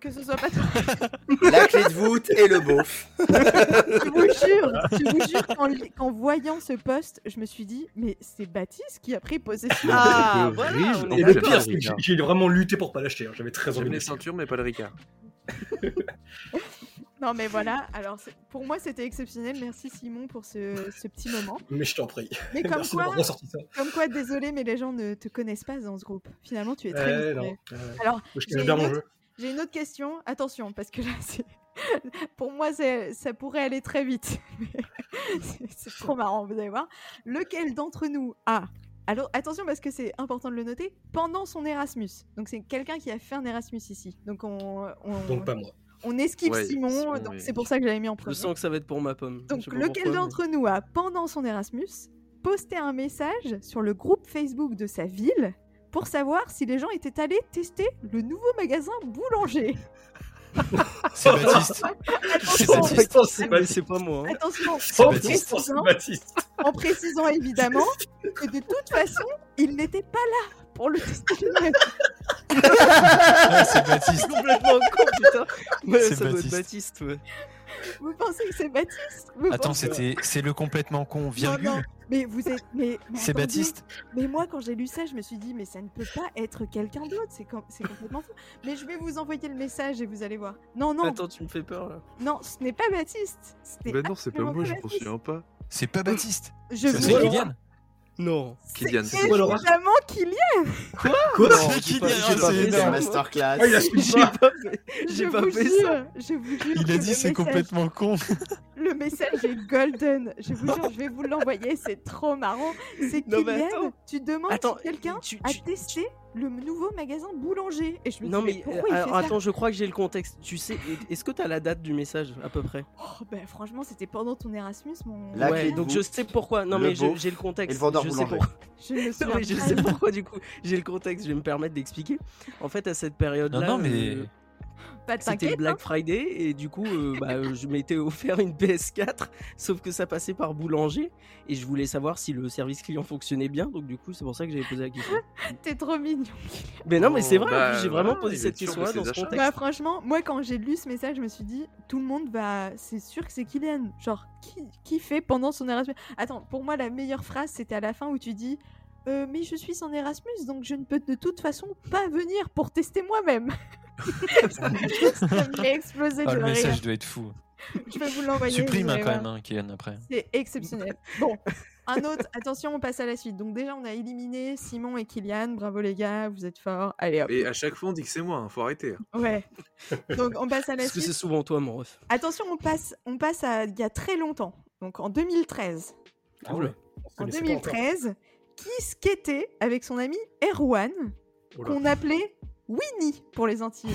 [SPEAKER 1] que ce soit pas toi.
[SPEAKER 7] La clé de voûte et le beauf.
[SPEAKER 1] Je vous jure, je vous jure qu'en, li- qu'en voyant ce poste, je me suis dit, mais c'est Baptiste qui a pris possession.
[SPEAKER 6] ah,
[SPEAKER 4] Le
[SPEAKER 6] voilà,
[SPEAKER 4] riche,
[SPEAKER 6] on
[SPEAKER 4] en plus,
[SPEAKER 6] est
[SPEAKER 2] Et le
[SPEAKER 4] j'aime
[SPEAKER 2] pire,
[SPEAKER 4] bien
[SPEAKER 2] c'est que j'ai
[SPEAKER 4] Ricard.
[SPEAKER 2] j'ai vraiment lutté pour pas l'acheter. hein, J'avais très envie
[SPEAKER 4] J'aime
[SPEAKER 2] de
[SPEAKER 4] les
[SPEAKER 2] l'acheter.
[SPEAKER 4] ceintures, mais pas le Ricard.
[SPEAKER 1] Non mais voilà, alors c'est- pour moi c'était exceptionnel. Merci Simon pour ce, ce petit moment.
[SPEAKER 2] Mais je t'en prie.
[SPEAKER 1] Mais comme
[SPEAKER 2] Merci
[SPEAKER 1] quoi,
[SPEAKER 2] d'avoir ressorti ça.
[SPEAKER 1] comme quoi, désolé, mais les gens ne te connaissent pas dans ce groupe. Finalement, tu es très
[SPEAKER 2] Eh, non.
[SPEAKER 1] mystérieux.
[SPEAKER 2] euh,
[SPEAKER 1] Alors,
[SPEAKER 2] moi, je
[SPEAKER 1] j'ai
[SPEAKER 2] connais bien
[SPEAKER 1] une
[SPEAKER 2] mon
[SPEAKER 1] autre-
[SPEAKER 2] jeu.
[SPEAKER 1] J'ai une autre question, attention, parce que là, c'est... pour moi, c'est- ça pourrait aller très vite. c'est c'est trop marrant, vous allez voir. Lequel d'entre nous a, alors attention parce que c'est important de le noter, pendant son Erasmus. Donc c'est quelqu'un qui a fait un Erasmus ici. Donc on, on,
[SPEAKER 2] Donc, pas moi.
[SPEAKER 1] on esquive
[SPEAKER 4] Ouais,
[SPEAKER 1] Simon,
[SPEAKER 4] Simon,
[SPEAKER 1] donc
[SPEAKER 4] oui.
[SPEAKER 1] c'est pour ça que j'avais mis en
[SPEAKER 6] Je
[SPEAKER 1] premier.
[SPEAKER 6] sens que ça va être pour ma pomme. Je sais
[SPEAKER 1] Donc
[SPEAKER 6] pas
[SPEAKER 1] lequel
[SPEAKER 6] pourquoi,
[SPEAKER 1] d'entre nous a, pendant son Erasmus, posté un message sur le groupe Facebook de sa ville pour savoir si les gens étaient allés tester le nouveau magasin boulanger.
[SPEAKER 3] C'est Baptiste. C'est
[SPEAKER 1] Attention,
[SPEAKER 3] Baptiste.
[SPEAKER 6] mais- C'est
[SPEAKER 2] Oh, Baptiste.
[SPEAKER 6] c'est pas moi. hein.
[SPEAKER 1] Attention,
[SPEAKER 2] C'est
[SPEAKER 3] C'est
[SPEAKER 1] Baptiste.
[SPEAKER 2] Baptiste. C'est Baptiste.
[SPEAKER 1] en précisant évidemment que de toute façon, il n'était pas là pour le tester.
[SPEAKER 3] Ah, c'est Baptiste.
[SPEAKER 6] Complètement con, putain. Ouais,
[SPEAKER 3] C'est
[SPEAKER 6] ça doit être
[SPEAKER 3] Baptiste.
[SPEAKER 6] Baptiste, ouais.
[SPEAKER 1] Vous pensez que c'est Baptiste Vous
[SPEAKER 3] Attends,
[SPEAKER 1] pensez-
[SPEAKER 3] c'était, c'est le complètement con,
[SPEAKER 1] Non,
[SPEAKER 3] virgule.
[SPEAKER 1] non, Mais vous êtes. Mais, mais
[SPEAKER 3] C'est
[SPEAKER 1] attendez,
[SPEAKER 3] Baptiste.
[SPEAKER 1] Mais moi, quand j'ai lu ça, je me suis dit, mais ça ne peut pas être quelqu'un d'autre. C'est com- c'est complètement fou. Mais je vais vous envoyer le message et vous allez voir. Non, non,
[SPEAKER 6] Attends, tu me fais peur, là.
[SPEAKER 1] non, ce n'est pas Baptiste. Ce n'est
[SPEAKER 4] Bah non, c'est pas
[SPEAKER 1] absolument
[SPEAKER 4] moi, je hein.
[SPEAKER 1] pas
[SPEAKER 4] m'en
[SPEAKER 1] Baptiste.
[SPEAKER 4] souviens pas.
[SPEAKER 3] C'est pas Baptiste.
[SPEAKER 1] Je
[SPEAKER 3] Ça,
[SPEAKER 1] vous
[SPEAKER 3] c'est
[SPEAKER 2] vois.
[SPEAKER 3] Kylian.
[SPEAKER 6] Non.
[SPEAKER 1] C'est
[SPEAKER 4] Kylian, c'est
[SPEAKER 2] toi, Laura.
[SPEAKER 1] évidemment Kylian.
[SPEAKER 2] Quoi
[SPEAKER 6] Non,
[SPEAKER 3] C'est
[SPEAKER 6] j'ai
[SPEAKER 3] qui
[SPEAKER 6] pas-
[SPEAKER 3] derrière,
[SPEAKER 6] j'ai
[SPEAKER 3] c'est
[SPEAKER 6] pas fait
[SPEAKER 7] C'est
[SPEAKER 6] ça,
[SPEAKER 7] la
[SPEAKER 3] énorme.
[SPEAKER 6] moi.
[SPEAKER 7] masterclass.
[SPEAKER 2] Ah, il assume
[SPEAKER 6] J'ai
[SPEAKER 2] pas.
[SPEAKER 6] pas fait-
[SPEAKER 1] Je
[SPEAKER 6] J'ai pas
[SPEAKER 1] vous
[SPEAKER 6] fait
[SPEAKER 1] jure,
[SPEAKER 6] ça.
[SPEAKER 1] Je vous jure.
[SPEAKER 3] Il a
[SPEAKER 1] que
[SPEAKER 3] dit
[SPEAKER 1] le
[SPEAKER 3] c'est
[SPEAKER 1] message-
[SPEAKER 3] complètement con.
[SPEAKER 1] Le message est golden. Je vous jure, je vais vous l'envoyer. C'est trop marrant. C'est
[SPEAKER 6] Non, mais
[SPEAKER 1] Kylian.
[SPEAKER 6] attends.
[SPEAKER 1] Oh, Tu demandes
[SPEAKER 6] Attends,
[SPEAKER 1] si quelqu'un
[SPEAKER 6] tu-
[SPEAKER 1] a
[SPEAKER 6] tu-
[SPEAKER 1] testé le nouveau magasin boulanger. Et je me dis,
[SPEAKER 6] Non
[SPEAKER 1] mais,
[SPEAKER 6] mais
[SPEAKER 1] pourquoi
[SPEAKER 6] euh,
[SPEAKER 1] il fait
[SPEAKER 6] alors,
[SPEAKER 1] ça
[SPEAKER 6] attends, je crois que j'ai le contexte. Tu sais, est-ce que t'as la date du message à peu près
[SPEAKER 1] Oh, ben, franchement, c'était pendant ton Erasmus, mon.
[SPEAKER 7] La
[SPEAKER 6] Ouais.
[SPEAKER 7] clé de
[SPEAKER 6] Donc
[SPEAKER 7] voûte,
[SPEAKER 6] je sais pourquoi. Non
[SPEAKER 7] le
[SPEAKER 6] mais je-
[SPEAKER 7] beauf
[SPEAKER 6] j'ai le contexte.
[SPEAKER 7] et le vendeur
[SPEAKER 6] je sais
[SPEAKER 7] boulanger.
[SPEAKER 6] pourquoi.
[SPEAKER 1] Je me souviens
[SPEAKER 6] Non, mais je
[SPEAKER 1] pas
[SPEAKER 6] sais
[SPEAKER 1] du-
[SPEAKER 6] pourquoi du coup. J'ai le contexte, je vais me permettre d'expliquer. En fait, à cette période-là,
[SPEAKER 3] Non, non, mais.
[SPEAKER 6] euh,
[SPEAKER 1] Pas de
[SPEAKER 6] c'était le
[SPEAKER 1] t'inquiète. hein.
[SPEAKER 6] Black Friday et du coup, euh, bah, euh, je m'étais offert une PS4, sauf que ça passait par boulanger et je voulais savoir si le service client fonctionnait bien. Donc du coup, c'est pour ça que j'avais posé la question.
[SPEAKER 1] hein, T'es trop mignon.
[SPEAKER 6] Mais non, mais c'est
[SPEAKER 4] Oh,
[SPEAKER 6] vrai.
[SPEAKER 4] bah,
[SPEAKER 6] en plus, j'ai vraiment
[SPEAKER 4] voilà,
[SPEAKER 6] posé
[SPEAKER 4] il est
[SPEAKER 6] cette
[SPEAKER 4] sûr de
[SPEAKER 6] question-là
[SPEAKER 4] ses
[SPEAKER 6] dans ce
[SPEAKER 4] achats.
[SPEAKER 6] contexte.
[SPEAKER 1] Bah, franchement, moi, quand j'ai lu ce message, je me suis dit, tout le monde va. C'est sûr que c'est Kylian. Genre, qui, qui fait pendant son Erasmus Attends, pour moi, la meilleure phrase, c'était à la fin où tu dis. Euh, mais je suis en Erasmus, donc je ne peux de toute façon pas venir pour tester moi-même. ça m'a explosé de
[SPEAKER 3] Ah, le
[SPEAKER 1] rire.
[SPEAKER 3] message doit être fou.
[SPEAKER 1] Je vais vous l'envoyer.
[SPEAKER 3] Supprime
[SPEAKER 1] vous
[SPEAKER 3] hein,
[SPEAKER 1] allez
[SPEAKER 3] quand
[SPEAKER 1] voir.
[SPEAKER 3] même, hein, Kylian, après.
[SPEAKER 1] C'est exceptionnel. Bon, un autre. Attention, on passe à la suite. Donc déjà, on a éliminé Simon et Kylian. Bravo les gars, vous êtes forts. Allez hop.
[SPEAKER 4] Et à chaque fois, on dit que c'est moi, hein, faut arrêter. hein.
[SPEAKER 1] Ouais. Donc on passe à la
[SPEAKER 6] Parce que
[SPEAKER 1] suite.
[SPEAKER 6] c'est souvent toi, mon ref.
[SPEAKER 1] Attention, on passe, on passe à il y a très longtemps. Donc en 2013.
[SPEAKER 2] Ah ouais.
[SPEAKER 1] En 2013, qui skatait avec son ami Erwan,
[SPEAKER 2] Oh
[SPEAKER 1] qu'on appelait Winnie pour les intimes.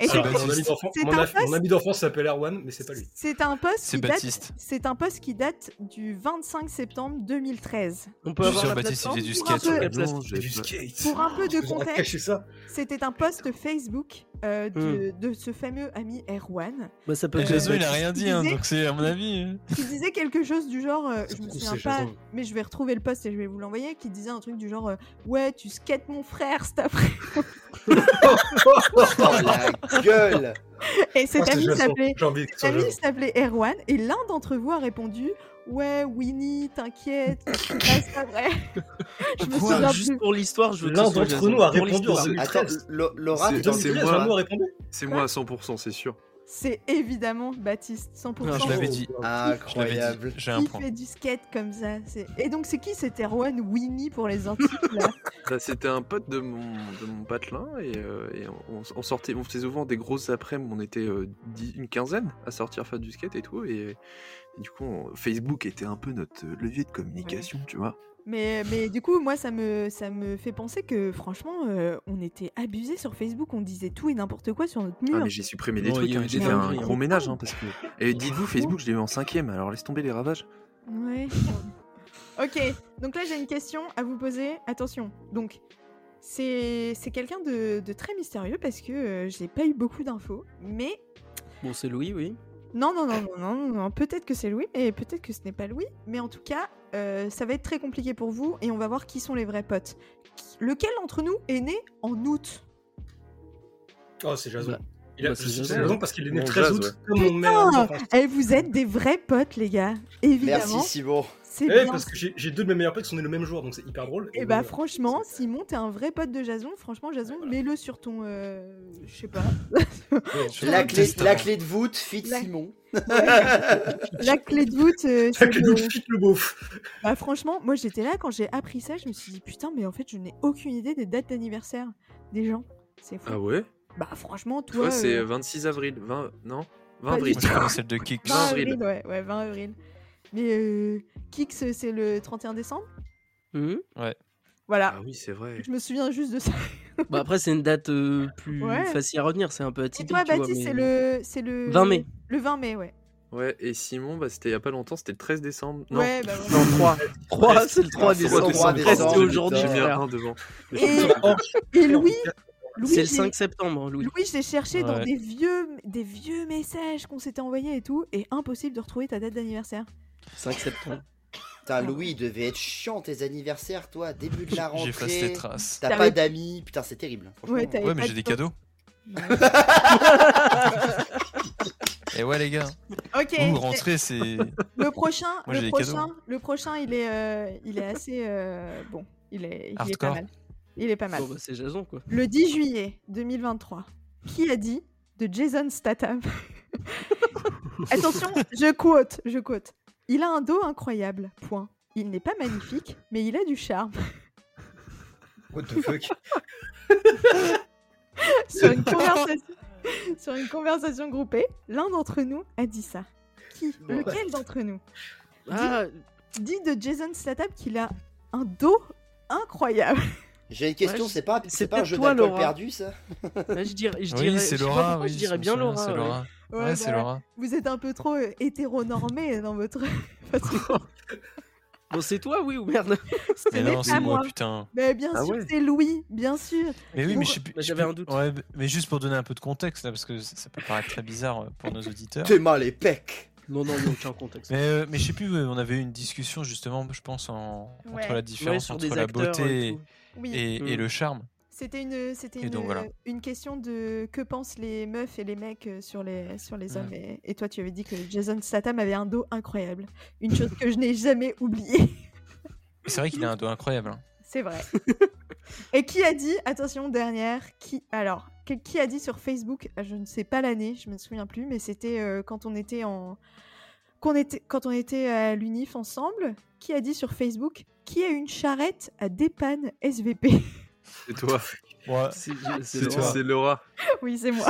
[SPEAKER 1] Et
[SPEAKER 2] Alors,
[SPEAKER 1] c'est-
[SPEAKER 2] mon ami d'enfance-
[SPEAKER 1] c'est
[SPEAKER 2] mon
[SPEAKER 1] un
[SPEAKER 2] ami-
[SPEAKER 1] poste.
[SPEAKER 2] Mon ami d'enfance s'appelle Erwan, mais c'est pas lui.
[SPEAKER 1] c'est un poste
[SPEAKER 3] C'est
[SPEAKER 1] qui date.
[SPEAKER 3] Baptiste.
[SPEAKER 1] C'est un poste qui date du 25 septembre 2013.
[SPEAKER 6] On peut
[SPEAKER 3] Je suis
[SPEAKER 6] avoir
[SPEAKER 3] sûr,
[SPEAKER 6] la
[SPEAKER 3] Baptiste, il
[SPEAKER 6] plateforme
[SPEAKER 3] faisait du
[SPEAKER 1] pour un
[SPEAKER 3] skate
[SPEAKER 1] peu-
[SPEAKER 3] sur la
[SPEAKER 6] Place-
[SPEAKER 3] plage.
[SPEAKER 4] Non, j'ai pas-
[SPEAKER 2] skate.
[SPEAKER 1] Pour un peu de
[SPEAKER 2] Est-ce que j'aurais
[SPEAKER 1] contexte,
[SPEAKER 2] caché ça.
[SPEAKER 1] C'était un post Facebook euh,
[SPEAKER 3] Hmm.
[SPEAKER 1] de, de ce fameux ami Erwan
[SPEAKER 6] Bah, ça peut
[SPEAKER 3] Et
[SPEAKER 6] être
[SPEAKER 3] Jason,
[SPEAKER 6] le
[SPEAKER 3] il a
[SPEAKER 6] fait.
[SPEAKER 3] rien dit, hein, donc c'est à mon avis. euh.
[SPEAKER 1] qui disait quelque chose du genre, euh,
[SPEAKER 2] Ça
[SPEAKER 1] je me
[SPEAKER 2] trouve,
[SPEAKER 1] souviens
[SPEAKER 2] c'est
[SPEAKER 1] pas,
[SPEAKER 2] Jason.
[SPEAKER 1] mais je vais retrouver le poste et je vais vous l'envoyer, qui disait un truc du genre, euh, ouais, tu skates mon frère cet après.
[SPEAKER 7] Oh la gueule
[SPEAKER 1] Et cet ami s'appelait
[SPEAKER 2] J'ai envie que ce
[SPEAKER 1] Sa
[SPEAKER 2] soit
[SPEAKER 1] famille
[SPEAKER 2] Jason.
[SPEAKER 1] s'appelait Erwan et l'un d'entre vous a répondu Ouais, Winnie, t'inquiète, c'est pas vrai. Je me
[SPEAKER 6] Quoi,
[SPEAKER 1] souviens
[SPEAKER 6] juste
[SPEAKER 1] plus.
[SPEAKER 6] pour l'histoire, je veux que
[SPEAKER 2] L'un
[SPEAKER 6] ce soit
[SPEAKER 2] d'entre
[SPEAKER 6] Jason.
[SPEAKER 2] nous a
[SPEAKER 6] Pour
[SPEAKER 2] répondu
[SPEAKER 6] l'histoire.
[SPEAKER 2] à-
[SPEAKER 7] Attends,
[SPEAKER 2] 2013.
[SPEAKER 7] Lo- Laura,
[SPEAKER 4] C'est
[SPEAKER 7] t'es dans
[SPEAKER 2] Jason
[SPEAKER 7] le
[SPEAKER 4] c'est
[SPEAKER 2] Mraz,
[SPEAKER 4] moi.
[SPEAKER 2] vraiment répondu.
[SPEAKER 4] C'est moi à 100%, c'est sûr.
[SPEAKER 1] C'est évidemment Baptiste, 100%.
[SPEAKER 3] Non, je l'avais dit. Je l'avais dit.
[SPEAKER 7] Incroyable.
[SPEAKER 3] J'ai un
[SPEAKER 1] Il
[SPEAKER 3] point.
[SPEAKER 1] fait du skate comme ça. c'est- Et donc, c'est qui cet Erwan Winnie pour les antiques là
[SPEAKER 4] Bah, C'était un pote de mon, de mon patelin et, euh, et on, on sortait, on faisait souvent des grosses après-midi, on était euh, dix- une quinzaine à sortir faire du skate et tout. Et, et du coup, on- Facebook était un peu notre euh, levier de communication, tu vois.
[SPEAKER 1] mais, mais du coup, moi, ça me, ça me fait penser que franchement, euh, on était abusés sur Facebook. On disait tout et n'importe quoi sur notre mur.
[SPEAKER 4] Ah, mais j'ai supprimé des
[SPEAKER 6] Bon,
[SPEAKER 4] trucs,
[SPEAKER 6] il y a
[SPEAKER 4] hein,
[SPEAKER 6] eu
[SPEAKER 4] j'ai
[SPEAKER 6] des
[SPEAKER 4] fait un
[SPEAKER 6] dingueries,
[SPEAKER 4] gros
[SPEAKER 6] hein.
[SPEAKER 4] ménage. Hein, parce que... Et dites-vous, Facebook, je l'ai eu en cinquième, alors laisse tomber les ravages.
[SPEAKER 1] Ouais. ok, donc là j'ai une question à vous poser. Attention, donc c'est c'est quelqu'un de, de très mystérieux parce que euh, j'ai pas eu beaucoup d'infos. Mais
[SPEAKER 6] Bon, c'est Louis, oui.
[SPEAKER 1] non, non, non, non, non, non, non. peut-être que c'est Louis, mais peut-être que ce n'est pas Louis. Mais en tout cas, euh, ça va être très compliqué pour vous et on va voir qui sont les vrais potes. Qui- Lequel d'entre nous est né en août
[SPEAKER 2] Oh, c'est Jason.
[SPEAKER 6] Bah,
[SPEAKER 2] Il a-
[SPEAKER 6] bah, c'est
[SPEAKER 2] je sais que
[SPEAKER 6] Jason.
[SPEAKER 2] c'est Jason parce qu'il est né
[SPEAKER 4] Bon,
[SPEAKER 2] le 13
[SPEAKER 4] Jazz,
[SPEAKER 2] août comme mon mère.
[SPEAKER 1] Putain
[SPEAKER 2] enfin,
[SPEAKER 1] Eh, vous êtes des vrais potes, les gars,
[SPEAKER 7] Merci
[SPEAKER 1] évidemment.
[SPEAKER 7] Simon.
[SPEAKER 1] C'est
[SPEAKER 2] eh,
[SPEAKER 1] bien
[SPEAKER 2] parce que j'ai j'ai deux de mes meilleurs potes qui sont nés le même jour, donc c'est hyper drôle.
[SPEAKER 1] Et bah franchement, Simon, t'es un vrai pote de Jason. Franchement, Jason, mets-le sur ton, euh, je sais pas,
[SPEAKER 7] La clé,
[SPEAKER 3] Testament.
[SPEAKER 7] la clé de voûte, fit
[SPEAKER 1] La-
[SPEAKER 7] Simon.
[SPEAKER 1] la clé de voûte. euh, c'est
[SPEAKER 2] Chaque
[SPEAKER 1] de-
[SPEAKER 2] doute fit le beauf.
[SPEAKER 1] Bah franchement, moi j'étais là quand j'ai appris ça, je me suis dit putain, mais en fait, je n'ai aucune idée des dates d'anniversaire des gens. C'est fou.
[SPEAKER 4] Ah ouais
[SPEAKER 1] Bah franchement,
[SPEAKER 4] Toi,
[SPEAKER 1] toi.
[SPEAKER 4] c'est
[SPEAKER 1] euh,
[SPEAKER 4] 26 avril, 20... Non 20
[SPEAKER 1] Pas du
[SPEAKER 4] avril.
[SPEAKER 3] Moi, je connais celle de Kix.
[SPEAKER 1] 20
[SPEAKER 4] avril.
[SPEAKER 1] avril, ouais, ouais, 20 avril. Mais euh, Kix, c'est le 31 décembre.
[SPEAKER 6] Mhm.
[SPEAKER 1] Voilà.
[SPEAKER 4] Ah oui, c'est vrai.
[SPEAKER 1] Je me souviens juste de ça.
[SPEAKER 6] Bah, après, c'est une date euh, plus
[SPEAKER 1] Ouais.
[SPEAKER 6] facile à retenir, c'est un peu
[SPEAKER 1] Et
[SPEAKER 6] atypique.
[SPEAKER 1] toi,
[SPEAKER 6] tu vois,
[SPEAKER 1] Baptiste,
[SPEAKER 6] mais-
[SPEAKER 1] c'est le, c'est le
[SPEAKER 6] 20 mai.
[SPEAKER 1] Le 20 mai, ouais.
[SPEAKER 4] Ouais, et Simon, bah, c'était il y a pas longtemps, c'était le 13 décembre. Non,
[SPEAKER 1] Ouais, bah voilà.
[SPEAKER 6] Non, 3. 3, c'est le 3
[SPEAKER 7] c'est le
[SPEAKER 6] décembre.
[SPEAKER 7] 3
[SPEAKER 6] Presque
[SPEAKER 7] décembre,
[SPEAKER 6] aujourd'hui,
[SPEAKER 7] putain.
[SPEAKER 4] j'ai mis
[SPEAKER 6] frère.
[SPEAKER 4] un un devant.
[SPEAKER 1] Et,
[SPEAKER 2] Oh,
[SPEAKER 1] et Louis, Louis,
[SPEAKER 6] C'est le
[SPEAKER 1] j'ai-
[SPEAKER 6] 5 septembre, hein, Louis.
[SPEAKER 1] Louis, je l'ai cherché dans
[SPEAKER 3] Ouais.
[SPEAKER 1] des vieux, des vieux messages qu'on s'était envoyés et tout, et impossible de retrouver ta date d'anniversaire.
[SPEAKER 6] 5 septembre.
[SPEAKER 7] Putain, Louis, il devait être chiant tes anniversaires, toi, début de la
[SPEAKER 3] J'efface les
[SPEAKER 7] rentrée.
[SPEAKER 3] traces.
[SPEAKER 7] T'as
[SPEAKER 1] T'avais-
[SPEAKER 7] pas d'amis, putain, c'est terrible. hein, franchement.
[SPEAKER 1] Ouais, t'avais pas
[SPEAKER 3] Ouais, mais j'ai
[SPEAKER 1] de
[SPEAKER 3] des
[SPEAKER 1] pote.
[SPEAKER 3] cadeaux. Et ouais, les gars.
[SPEAKER 1] Ok.
[SPEAKER 3] Vous rentrez, c'est.
[SPEAKER 1] Le prochain,
[SPEAKER 3] Moi, j'ai
[SPEAKER 1] le
[SPEAKER 3] des
[SPEAKER 1] prochain,
[SPEAKER 3] cadeaux.
[SPEAKER 1] le prochain, il est, euh, il est assez euh, bon. Il est, il est pas
[SPEAKER 3] Hardcore.
[SPEAKER 1] mal. Il est pas mal.
[SPEAKER 6] Bon, bah, c'est Jason, quoi.
[SPEAKER 1] Le 10 juillet 2023, qui a dit de Jason Statham Attention, je quote, je quote. Il a un dos incroyable. Point. Il n'est pas magnifique, mais il a du charme.
[SPEAKER 2] What the fuck
[SPEAKER 1] sur, une conversation, sur une conversation groupée, l'un d'entre nous a dit ça. Qui Lequel d'entre nous
[SPEAKER 6] Ah,
[SPEAKER 1] dit de Jason Statham qu'il a un dos incroyable
[SPEAKER 7] J'ai une question,
[SPEAKER 6] Ouais,
[SPEAKER 7] c'est pas,
[SPEAKER 6] c'est
[SPEAKER 7] c'est pas un
[SPEAKER 6] peut-être
[SPEAKER 7] jeu
[SPEAKER 6] toi,
[SPEAKER 7] d'alcool
[SPEAKER 6] Laura.
[SPEAKER 7] perdu, ça
[SPEAKER 6] bah, je dirais. Je dirais
[SPEAKER 3] Oui, c'est
[SPEAKER 6] je sais pas
[SPEAKER 3] Laura.
[SPEAKER 6] pourquoi
[SPEAKER 3] Oui,
[SPEAKER 6] je dirais
[SPEAKER 3] me
[SPEAKER 6] bien
[SPEAKER 3] souviens,
[SPEAKER 6] Laura.
[SPEAKER 3] C'est
[SPEAKER 6] ouais.
[SPEAKER 3] Laura.
[SPEAKER 1] Ouais,
[SPEAKER 3] Ouais, c'est
[SPEAKER 1] bah,
[SPEAKER 3] Laura.
[SPEAKER 1] Vous êtes un peu trop euh, hétéronormé dans votre. Parce que
[SPEAKER 6] Bon, c'est toi, oui, ou merde
[SPEAKER 1] ce
[SPEAKER 3] Mais
[SPEAKER 1] n'est
[SPEAKER 3] non,
[SPEAKER 1] pas
[SPEAKER 3] c'est
[SPEAKER 1] moi.
[SPEAKER 3] moi,
[SPEAKER 6] hein.
[SPEAKER 3] putain.
[SPEAKER 1] Mais bien
[SPEAKER 4] Ah
[SPEAKER 1] sûr,
[SPEAKER 4] ouais.
[SPEAKER 1] c'est Louis, bien sûr.
[SPEAKER 3] Mais oui, mais je sais plus-
[SPEAKER 6] Bah, J'avais un doute.
[SPEAKER 3] Ouais, mais- mais juste pour donner un peu de contexte, là, parce que ça ça peut paraître très bizarre euh, pour nos auditeurs.
[SPEAKER 7] T'es mal et pec
[SPEAKER 6] Non, non, il y a aucun contexte.
[SPEAKER 3] Mais, euh, mais je sais plus, ouais, on avait eu une discussion justement, je pense, en-
[SPEAKER 1] Ouais.
[SPEAKER 3] entre la
[SPEAKER 6] Ouais,
[SPEAKER 3] différence
[SPEAKER 6] sur
[SPEAKER 3] entre
[SPEAKER 6] des
[SPEAKER 3] la
[SPEAKER 6] acteurs
[SPEAKER 3] beauté
[SPEAKER 6] et
[SPEAKER 3] et,
[SPEAKER 6] tout.
[SPEAKER 1] Oui.
[SPEAKER 3] et- et
[SPEAKER 6] Mm.
[SPEAKER 3] le charme.
[SPEAKER 1] C'était une, c'était
[SPEAKER 3] Et
[SPEAKER 1] une, euh,
[SPEAKER 3] donc, voilà.
[SPEAKER 1] une question de que pensent les meufs et les mecs euh, sur les, sur les
[SPEAKER 3] Ouais.
[SPEAKER 1] hommes. Et, et toi, tu avais dit que Jason Statham avait un dos incroyable. Une chose que je n'ai jamais oubliée.
[SPEAKER 3] Et C'est vrai qu'il a un dos incroyable. hein.
[SPEAKER 1] C'est vrai. Et qui a dit, attention, dernière, qui alors que- qui a dit sur Facebook, ah, je ne sais pas l'année, je me souviens plus, mais c'était euh, quand on était en qu'on était quand on était à l'UNIF ensemble, qui a dit sur Facebook qui a une charrette à dépanne SVP
[SPEAKER 4] C'est toi.
[SPEAKER 6] C'est c'est
[SPEAKER 4] C'est
[SPEAKER 6] Laura.
[SPEAKER 4] c'est Laura.
[SPEAKER 1] Oui, c'est moi.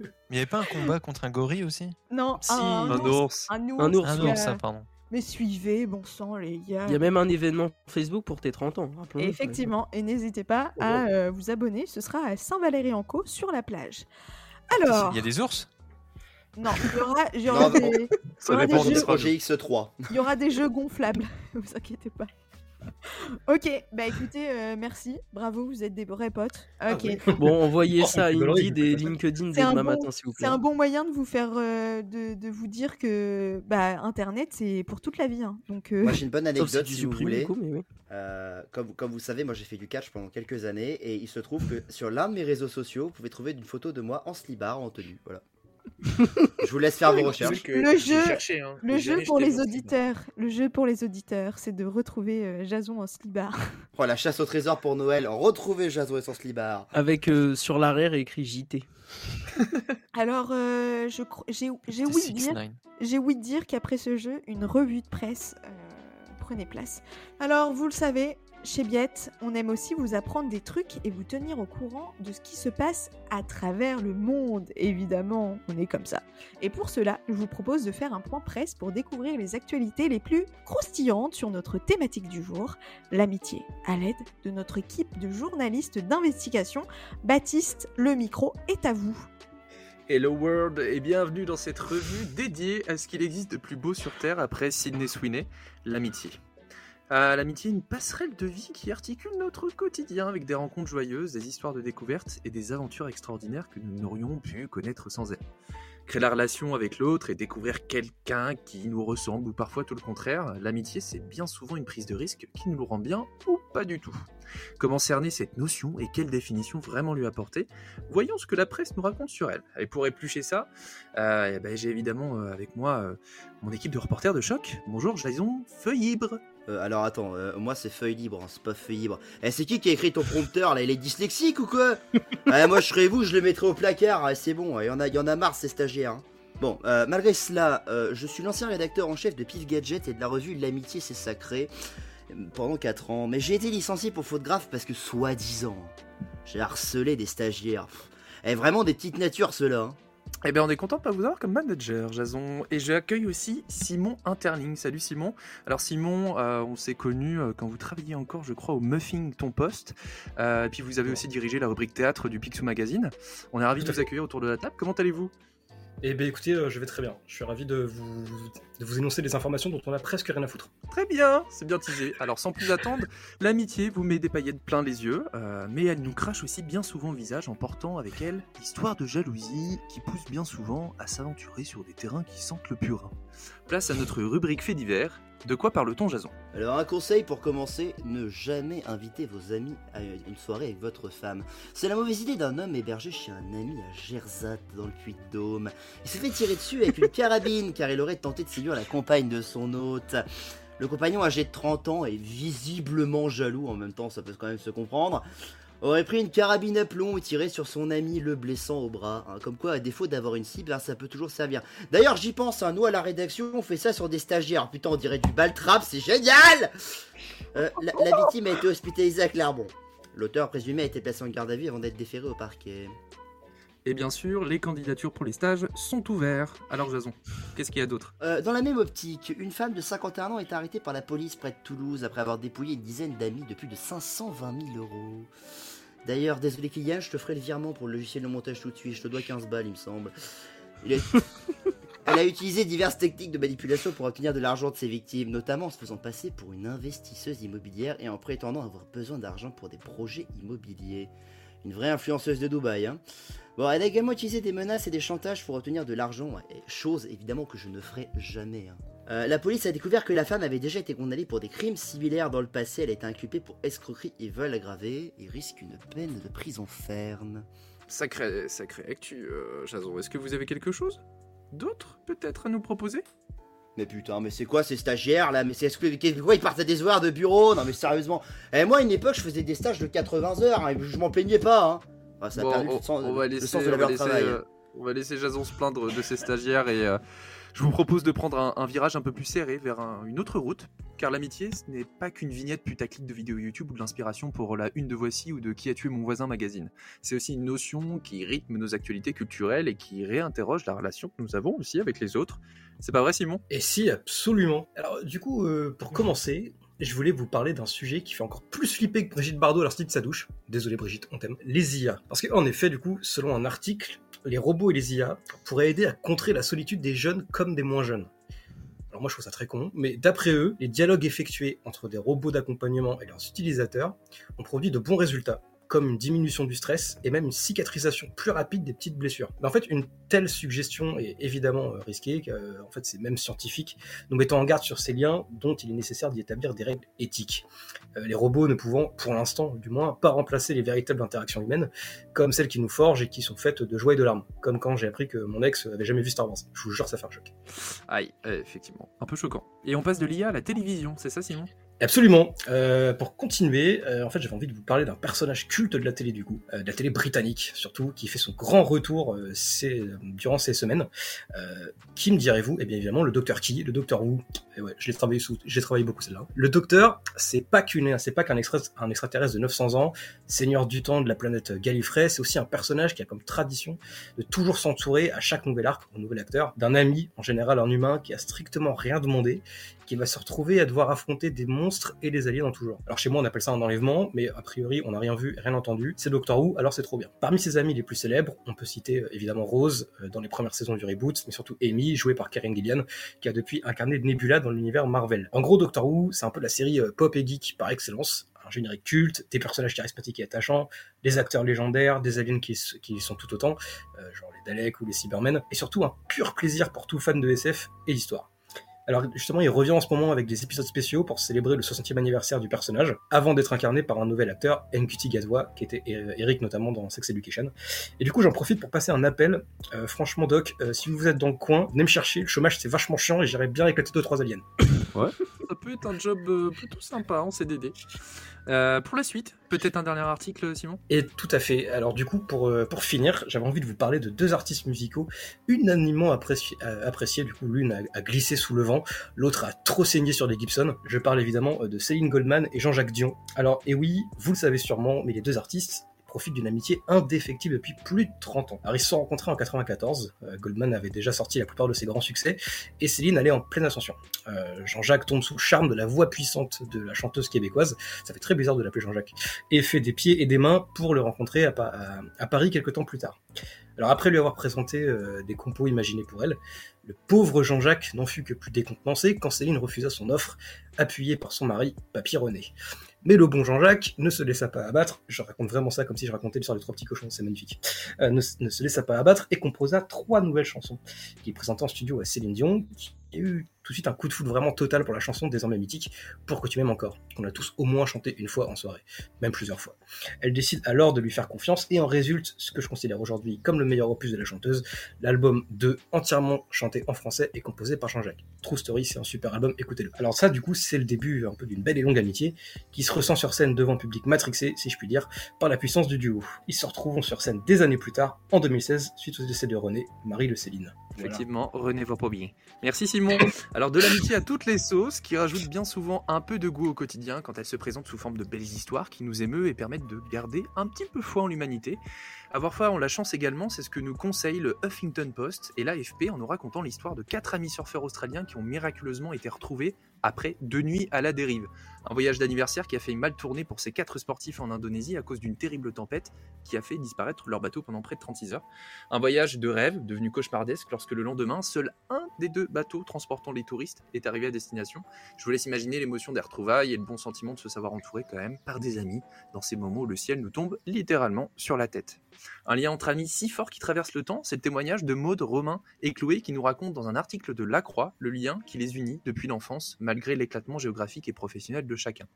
[SPEAKER 3] Mais il n'y avait pas un combat contre un gorille aussi
[SPEAKER 1] Non,
[SPEAKER 6] Si,
[SPEAKER 1] un,
[SPEAKER 4] Un
[SPEAKER 1] ours,
[SPEAKER 4] ours.
[SPEAKER 1] un ours.
[SPEAKER 6] Un ours,
[SPEAKER 3] Un
[SPEAKER 1] ouais.
[SPEAKER 3] ours, ça, pardon.
[SPEAKER 1] Mais suivez, bon sang, les gars.
[SPEAKER 6] Il y a même un événement Facebook pour tes 30 ans. rappelons-le.
[SPEAKER 1] Ah Et effectivement, et n'hésitez pas à euh, vous abonner, ce sera à Saint-Valéry-en-Caux sur la plage. Alors,
[SPEAKER 3] Il y a des ours
[SPEAKER 1] non, il y aura, il y aura
[SPEAKER 7] Non,
[SPEAKER 1] des-
[SPEAKER 4] Ça
[SPEAKER 1] Ouais,
[SPEAKER 4] dépend
[SPEAKER 1] des
[SPEAKER 4] qui
[SPEAKER 1] jeux.
[SPEAKER 4] sera.
[SPEAKER 7] GX3.
[SPEAKER 1] Il y aura des jeux gonflables, ne vous inquiétez pas. Ok, bah écoutez, euh, merci, bravo, vous êtes des vrais potes. Ok,
[SPEAKER 2] oui.
[SPEAKER 6] Bon, envoyez
[SPEAKER 2] Oh,
[SPEAKER 6] ça à
[SPEAKER 2] c'est rigolo,
[SPEAKER 6] Indeed
[SPEAKER 2] il
[SPEAKER 6] et
[SPEAKER 2] peut pas-
[SPEAKER 6] LinkedIn
[SPEAKER 1] C'est
[SPEAKER 6] dès
[SPEAKER 1] un
[SPEAKER 6] demain
[SPEAKER 1] bon-
[SPEAKER 6] matin, s'il vous
[SPEAKER 1] c'est
[SPEAKER 6] plaît.
[SPEAKER 1] un bon moyen de vous faire, euh, de, de vous dire que bah, Internet c'est pour toute la vie. hein. Donc, euh,
[SPEAKER 7] Moi j'ai une bonne
[SPEAKER 6] Sauf si
[SPEAKER 7] anecdote
[SPEAKER 6] tu
[SPEAKER 7] si vous
[SPEAKER 6] supprimes,
[SPEAKER 7] voulez.
[SPEAKER 6] du coup, mais oui.
[SPEAKER 7] Euh, comme, comme vous savez, moi j'ai fait du catch pendant quelques années et il se trouve que sur l'un de mes réseaux sociaux, vous pouvez trouver une photo de moi en slibard en tenue. Voilà. Je vous laisse faire vos recherches.
[SPEAKER 1] Le jeu- le jeu pour les auditeurs, le jeu pour les auditeurs, c'est de retrouver euh, Jason en slibard.
[SPEAKER 7] Oh, la chasse au trésor pour Noël. Retrouvez Jason et son slibard.
[SPEAKER 6] Avec euh, sur l'arrière écrit JT.
[SPEAKER 1] Alors, euh, je cro- j'ai j'ai
[SPEAKER 3] C'était
[SPEAKER 1] ouï dire
[SPEAKER 3] 6ix9ine.
[SPEAKER 1] J'ai ouï dire qu'après ce jeu, une revue de presse euh, prenait place. Alors, vous le savez, chez Biette, on aime aussi vous apprendre des trucs et vous tenir au courant de ce qui se passe à travers le monde. Évidemment, on est comme ça. Et pour cela, je vous propose de faire un point presse pour découvrir les actualités les plus croustillantes sur notre thématique du jour, l'amitié, à l'aide de notre équipe de journalistes d'investigation. Baptiste, le micro est à vous.
[SPEAKER 4] Hello World et bienvenue dans cette revue dédiée à ce qu'il existe de plus beau sur Terre après Sydney Sweeney, l'amitié. À l'amitié, une passerelle de vie qui articule notre quotidien avec des rencontres joyeuses, des histoires de découvertes et des aventures extraordinaires que nous n'aurions pu connaître sans elle. Créer la relation avec l'autre et découvrir quelqu'un qui nous ressemble ou parfois tout le contraire, l'amitié c'est bien souvent une prise de risque qui nous rend bien ou pas du tout. Comment cerner cette notion et quelle définition vraiment lui apporter voyons ce que la presse nous raconte sur elle. Et pour éplucher ça, euh, eh ben, j'ai évidemment euh, avec moi euh, mon équipe de reporters de choc. Bonjour Jason Feuillibre.
[SPEAKER 7] Euh, alors attends, euh, moi c'est feuille libre, hein, c'est pas feuille libre. Eh, c'est qui qui a écrit ton prompteur là Il est dyslexique ou quoi Eh, Moi je serais vous, je le mettrais au placard, eh, c'est bon, il y, en a- y en a marre ces stagiaires. hein. Bon, euh, malgré cela, euh, je suis l'ancien rédacteur en chef de Pif Gadget et de la revue L'amitié c'est sacré euh, pendant 4 ans, mais j'ai été licencié pour faute grave parce que soi-disant, j'ai harcelé des stagiaires. Pff, Eh, vraiment des petites natures ceux-là. hein.
[SPEAKER 4] Eh bien on est content de pas vous avoir comme manager Jason. Et j'accueille aussi Simon Interling. Salut Simon. Alors Simon, euh, on s'est connu euh, quand vous travailliez encore je crois au Muffing Ton Poste. Euh, et puis vous avez aussi dirigé la rubrique théâtre du Picsou Magazine. On est ravis de vous accueillir autour de la table. Comment allez-vous
[SPEAKER 2] Eh bien écoutez, euh, je vais très bien. Je suis ravi de vous, de vous énoncer des informations dont on a presque rien à foutre.
[SPEAKER 4] Très bien, c'est bien teasé. Alors sans plus attendre, l'amitié vous met des paillettes plein les yeux, euh, mais elle nous crache aussi bien souvent le visage en portant avec elle l'histoire de jalousie qui pousse bien souvent à s'aventurer sur des terrains qui sentent le purin. Place à notre rubrique fait divers. De quoi parle-t-on, Jason
[SPEAKER 7] Alors un conseil pour commencer, ne jamais inviter vos amis à une soirée avec votre femme. C'est la mauvaise idée d'un homme hébergé chez un ami à Gersat dans le Puy-de-Dôme. Il s'est fait tirer dessus avec une carabine car il aurait tenté de séduire la compagne de son hôte. Le compagnon âgé de 30 ans et visiblement jaloux, en même temps ça peut quand même se comprendre, aurait pris une carabine à plomb et tiré sur son ami le blessant au bras. hein. Comme quoi, à défaut d'avoir une cible, hein, ça peut toujours servir. D'ailleurs, j'y pense, hein, nous à la rédaction, on fait ça sur des stagiaires. Oh, Putain, on dirait du baltrap, c'est génial Euh, la, la victime a été hospitalisée à Clermont. L'auteur présumé a été placé en garde à vue avant d'être déféré au parquet.
[SPEAKER 4] Et bien sûr, les candidatures pour les stages sont ouvertes. Alors Jason, qu'est-ce qu'il y a d'autre
[SPEAKER 7] Euh, dans la même optique, une femme de 51 ans est arrêtée par la police près de Toulouse après avoir dépouillé une dizaine d'amis de plus de 520 000 euros. D'ailleurs, désolé Kylian, je te ferai le virement pour le logiciel de montage tout de suite, je te dois 15 balles il me semble. Il est- Elle a utilisé diverses techniques de manipulation pour obtenir de l'argent de ses victimes, notamment en se faisant passer pour une investisseuse immobilière et en prétendant avoir besoin d'argent pour des projets immobiliers. Une vraie influenceuse de Dubaï, hein. Bon, elle a également utilisé des menaces et des chantages pour obtenir de l'argent, ouais, et chose évidemment que je ne ferai jamais. hein. Euh, la police a découvert que la femme avait déjà été condamnée pour des crimes similaires dans le passé. Elle a été inculpée pour escroquerie et vol aggravé et risque une peine de prison ferme.
[SPEAKER 4] Sacré, sacré actu, euh, Jason. Est-ce que vous avez quelque chose d'autre peut-être à nous proposer
[SPEAKER 7] Mais putain, mais c'est quoi ces stagiaires là Mais c'est est-ce que qu'est- quoi ils partent à des horaires de bureau Non mais sérieusement. Et moi, à une époque, je faisais des stages de 80 heures. hein, et je m'en plaignais pas. Hein. Enfin, ça a
[SPEAKER 4] Bon,
[SPEAKER 7] perdu
[SPEAKER 4] on,
[SPEAKER 7] le sens,
[SPEAKER 4] on va
[SPEAKER 7] le
[SPEAKER 4] laisser,
[SPEAKER 7] sens de
[SPEAKER 4] on,
[SPEAKER 7] la
[SPEAKER 4] va
[SPEAKER 7] valeur
[SPEAKER 4] laisser,
[SPEAKER 7] travail.
[SPEAKER 4] euh, on va laisser Jason se plaindre de ses stagiaires et euh, je vous propose de prendre un, un virage un peu plus serré vers un- une autre route, car l'amitié, ce n'est pas qu'une vignette putaclic de vidéo YouTube ou de l'inspiration pour la une de Voici ou de Qui a tué mon voisin magazine. C'est aussi une notion qui rythme nos actualités culturelles et qui réinterroge la relation que nous avons aussi avec les autres. C'est pas vrai, Simon
[SPEAKER 2] Et si, absolument. Alors du coup, euh, pour commencer, je voulais vous parler d'un sujet qui fait encore plus flipper que Brigitte Bardot à l'article de sa douche. Désolé Brigitte, on t'aime. Les IA. Parce que en effet, du coup, selon un article, les robots et les IA pourraient aider à contrer la solitude des jeunes comme des moins jeunes. Alors moi je trouve ça très con, mais d'après eux, les dialogues effectués entre des robots d'accompagnement et leurs utilisateurs ont produit de bons résultats comme une diminution du stress et même une cicatrisation plus rapide des petites blessures. Mais en fait, une telle suggestion est évidemment euh, risquée, car, euh, en fait c'est même scientifique, nous mettant en garde sur ces liens dont il est nécessaire d'y établir des règles éthiques. Euh, les robots ne pouvant, pour l'instant du moins, pas remplacer les véritables interactions humaines, comme celles qui nous forgent et qui sont faites de joie et de larmes, comme quand j'ai appris que mon ex avait jamais vu Star Wars. Je vous jure, ça fait un choc.
[SPEAKER 4] Aïe, euh, effectivement. Un peu choquant. Et on passe de l'IA à la télévision, c'est ça Simon
[SPEAKER 2] Absolument. Euh, pour continuer, euh, en fait, j'avais envie de vous parler d'un personnage culte de la télé du coup, euh, de la télé britannique surtout, qui fait son grand retour euh, ces- durant ces semaines. Euh, qui me direz-vous Eh bien évidemment, le Docteur qui, le Docteur Who. Et ouais, je l'ai travaillé, sous- j'ai travaillé beaucoup celle-là. Le Docteur, c'est pas qu'une, hein, c'est pas qu'un extra- un extraterrestre de 900 ans, seigneur du temps de la planète Gallifrey. C'est aussi un personnage qui a comme tradition de toujours s'entourer à chaque nouvel arc, au nouvel acteur, d'un ami, en général un humain, qui a strictement rien demandé qui va se retrouver à devoir affronter des monstres et des aliens dans tout genre. Alors chez moi on appelle ça un enlèvement, mais a priori on n'a rien vu, rien entendu. C'est Doctor Who, alors c'est trop bien. Parmi ses amis les plus célèbres, on peut citer euh, évidemment Rose euh, dans les premières saisons du reboot, mais surtout Amy, jouée par Karen Gillian, qui a depuis incarné Nebula dans l'univers Marvel. En gros, Doctor Who, c'est un peu la série euh, pop et geek par excellence. Un générique culte, des personnages charismatiques et attachants, des acteurs légendaires, des aliens qui, s- qui sont tout autant, euh, genre les Daleks ou les Cybermen, et surtout un pur plaisir pour tout fan de SF et d'histoire. Alors justement, il revient en ce moment avec des épisodes spéciaux pour célébrer le 60e anniversaire du personnage, avant d'être incarné par un nouvel acteur, Nkuti Gatwa, qui était euh, Eric notamment dans Sex Education. Et du coup, j'en profite pour passer un appel. Euh, franchement, Doc, euh, si vous êtes dans le coin, venez me chercher. Le chômage, c'est vachement chiant et j'irai bien éclater deux trois aliens.
[SPEAKER 4] Ça peut être un job euh, plutôt sympa en CDD. Euh, pour la suite, peut-être un dernier article, Simon
[SPEAKER 2] Et tout à fait. Alors du coup, pour, euh, pour finir, j'avais envie de vous parler de deux artistes musicaux unanimement appréciés. euh, appréciés. Du coup, l'une a, a glissé sous le vent, l'autre a trop saigné sur des Gibson. Je parle évidemment euh, de Céline Goldman et Jean-Jacques Dion. Alors, et oui, vous le savez sûrement, mais les deux artistes profitent d'une amitié indéfectible depuis plus de 30 ans. Alors ils se sont rencontrés en 94, euh, Goldman avait déjà sorti la plupart de ses grands succès, et Céline allait en pleine ascension. Euh, Jean-Jacques tombe sous le charme de la voix puissante de la chanteuse québécoise, ça fait très bizarre de l'appeler Jean-Jacques, et fait des pieds et des mains pour le rencontrer à, Pa- à- à Paris quelques temps plus tard. Alors après lui avoir présenté euh, des compos imaginés pour elle, le pauvre Jean-Jacques n'en fut que plus décompensé quand Céline refusa son offre, appuyée par son mari, Papy René. Mais le bon Jean-Jacques ne se laissa pas abattre, je raconte vraiment ça comme si je racontais l'histoire des trois petits cochons, c'est magnifique, Euh, ne, ne se laissa pas abattre et composa trois nouvelles chansons, qu'il présenta en studio à Céline Dion, qui a eu tout de suite un coup de foudre vraiment total pour la chanson désormais mythique, Pour que tu m'aimes encore, qu'on a tous au moins chanté une fois en soirée même plusieurs fois. Elle décide alors de lui faire confiance et en résulte ce que je considère aujourd'hui comme le meilleur opus de la chanteuse, l'album 2 entièrement chanté en français et composé par Jean-Jacques. True Story, c'est un super album, écoutez-le. Alors ça du coup c'est le début euh, un peu d'une belle et longue amitié qui se ressent sur scène devant un public matrixé, si je puis dire, par la puissance du duo. Ils se retrouvent sur scène des années plus tard, en 2016, suite au décès de René, Marie de Céline. Voilà.
[SPEAKER 4] Effectivement, René va pas bien. Merci Simon. Alors de l'amitié à toutes les sauces qui rajoute bien souvent un peu de goût au quotidien quand elle se présente sous forme de belles histoires qui nous émeut et permettent de garder un petit peu foi en l'humanité. Avoir foi en la chance également, c'est ce que nous conseille le Huffington Post et l'AFP en nous racontant l'histoire de quatre amis surfeurs australiens qui ont miraculeusement été retrouvés après deux nuits à la dérive. Un voyage d'anniversaire qui a fait mal tourner pour ces quatre sportifs en Indonésie à cause d'une terrible tempête qui a fait disparaître leur bateau pendant près de 36 heures. Un voyage de rêve devenu cauchemardesque lorsque le lendemain, seul un des deux bateaux transportant les touristes est arrivé à destination. Je vous laisse imaginer l'émotion des retrouvailles et le bon sentiment de se savoir entouré quand même par des amis dans ces moments où le ciel nous tombe littéralement sur la tête. Un lien entre amis si fort qui traverse le temps, c'est le témoignage de Maude, Romain et Chloé qui nous racontent dans un article de La Croix le lien qui les unit depuis l'enfance malgré l'éclatement géographique et professionnel de chacun.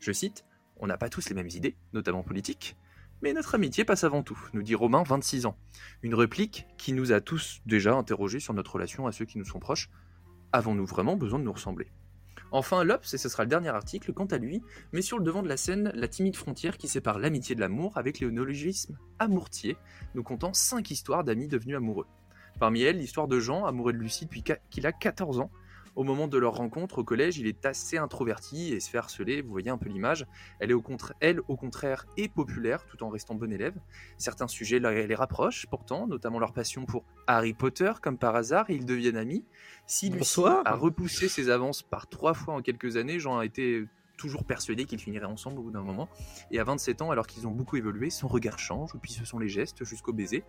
[SPEAKER 4] Je cite On n'a pas tous les mêmes idées, notamment politiques, mais notre amitié passe avant tout, nous dit Romain, 26 ans. Une réplique qui nous a tous déjà interrogés sur notre relation à ceux qui nous sont proches. Avons-nous vraiment besoin de nous ressembler Enfin, l'Obs, et ce sera le dernier article, quant à lui, met sur le devant de la scène la timide frontière qui sépare l'amitié de l'amour avec le néologisme amourtier, nous comptant cinq histoires d'amis devenus amoureux. Parmi elles, l'histoire de Jean, amoureux de Lucie depuis qu'a- qu'il a 14 ans. Au moment de leur rencontre au collège, il est assez introverti et se fait harceler, vous voyez un peu l'image. Elle, est au contra- elle, au contraire, est populaire tout en restant bon élève. Certains sujets la- les rapprochent pourtant, notamment leur passion pour Harry Potter, comme par hasard, et ils deviennent amis. Si Lucie
[SPEAKER 6] Bonsoir.
[SPEAKER 4] a repoussé ses avances par trois fois en quelques années, Jean a été toujours persuadés qu'ils finiraient ensemble au bout d'un moment. Et à 27 ans, alors qu'ils ont beaucoup évolué, son regard change, puis ce sont les gestes jusqu'au baiser.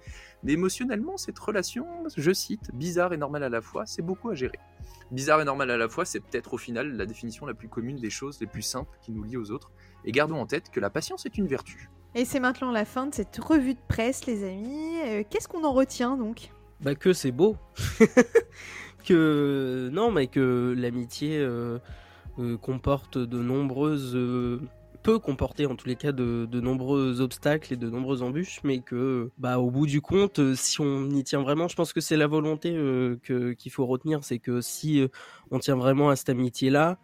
[SPEAKER 4] Mais émotionnellement, cette relation, je cite, bizarre et normale à la fois, c'est beaucoup à gérer. Bizarre et normal à la fois, c'est peut-être au final la définition la plus commune des choses les plus simples qui nous lient aux autres. Et gardons en tête que la patience est une vertu.
[SPEAKER 1] Et c'est maintenant la fin de cette revue de presse, les amis. Euh, Qu'est-ce qu'on en retient donc
[SPEAKER 6] Bah que c'est beau. que non, mais que l'amitié euh, euh, comporte de nombreuses... euh, peut comporter en tous les cas de, de nombreux obstacles et de nombreuses embûches, mais que bah au bout du compte, euh, si on y tient vraiment, je pense que c'est la volonté euh, que- qu'il faut retenir, c'est que si euh, on tient vraiment à cette amitié-là,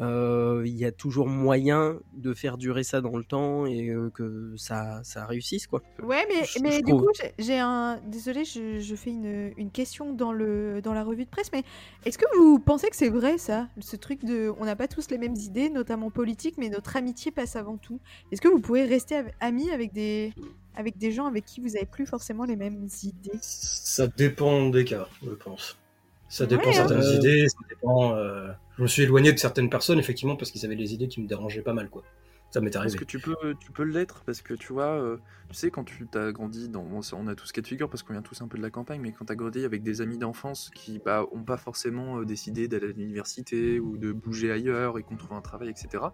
[SPEAKER 6] euh, il y a toujours moyen de faire durer ça dans le temps et euh, que ça, ça réussisse quoi.
[SPEAKER 1] Ouais, mais,
[SPEAKER 6] Je-
[SPEAKER 1] mais
[SPEAKER 6] je
[SPEAKER 1] du
[SPEAKER 6] trouve.
[SPEAKER 1] coup, j'ai- j'ai un. Désolé, je, je fais une, une question dans, le, dans la revue de presse, mais est-ce que vous pensez que c'est vrai ça Ce truc de. On n'a pas tous les mêmes idées, notamment politiques, mais notre amitié passe avant tout. Est-ce que vous pouvez rester av- amis avec des, avec des gens avec qui vous n'avez plus forcément les mêmes idées
[SPEAKER 2] Ça dépend des cas, je pense. Ça dépend
[SPEAKER 1] Ouais,
[SPEAKER 2] certaines
[SPEAKER 4] hein.
[SPEAKER 2] idées, ça dépend. euh, Je me suis éloigné de certaines personnes, effectivement, parce qu'ils avaient des idées qui me dérangeaient pas mal, quoi. Ça m'est
[SPEAKER 4] Parce
[SPEAKER 2] arrivé.
[SPEAKER 4] que tu peux, tu peux l'être, parce que tu vois, euh, tu sais, quand tu t'as grandi dans. bon, ça, on a tous cas de figure parce qu'on vient tous un peu de la campagne, mais quand t'as grandi avec des amis d'enfance qui bah, ont pas forcément euh, décidé d'aller à l'université ou de bouger ailleurs et qu'on trouve un travail, etc.,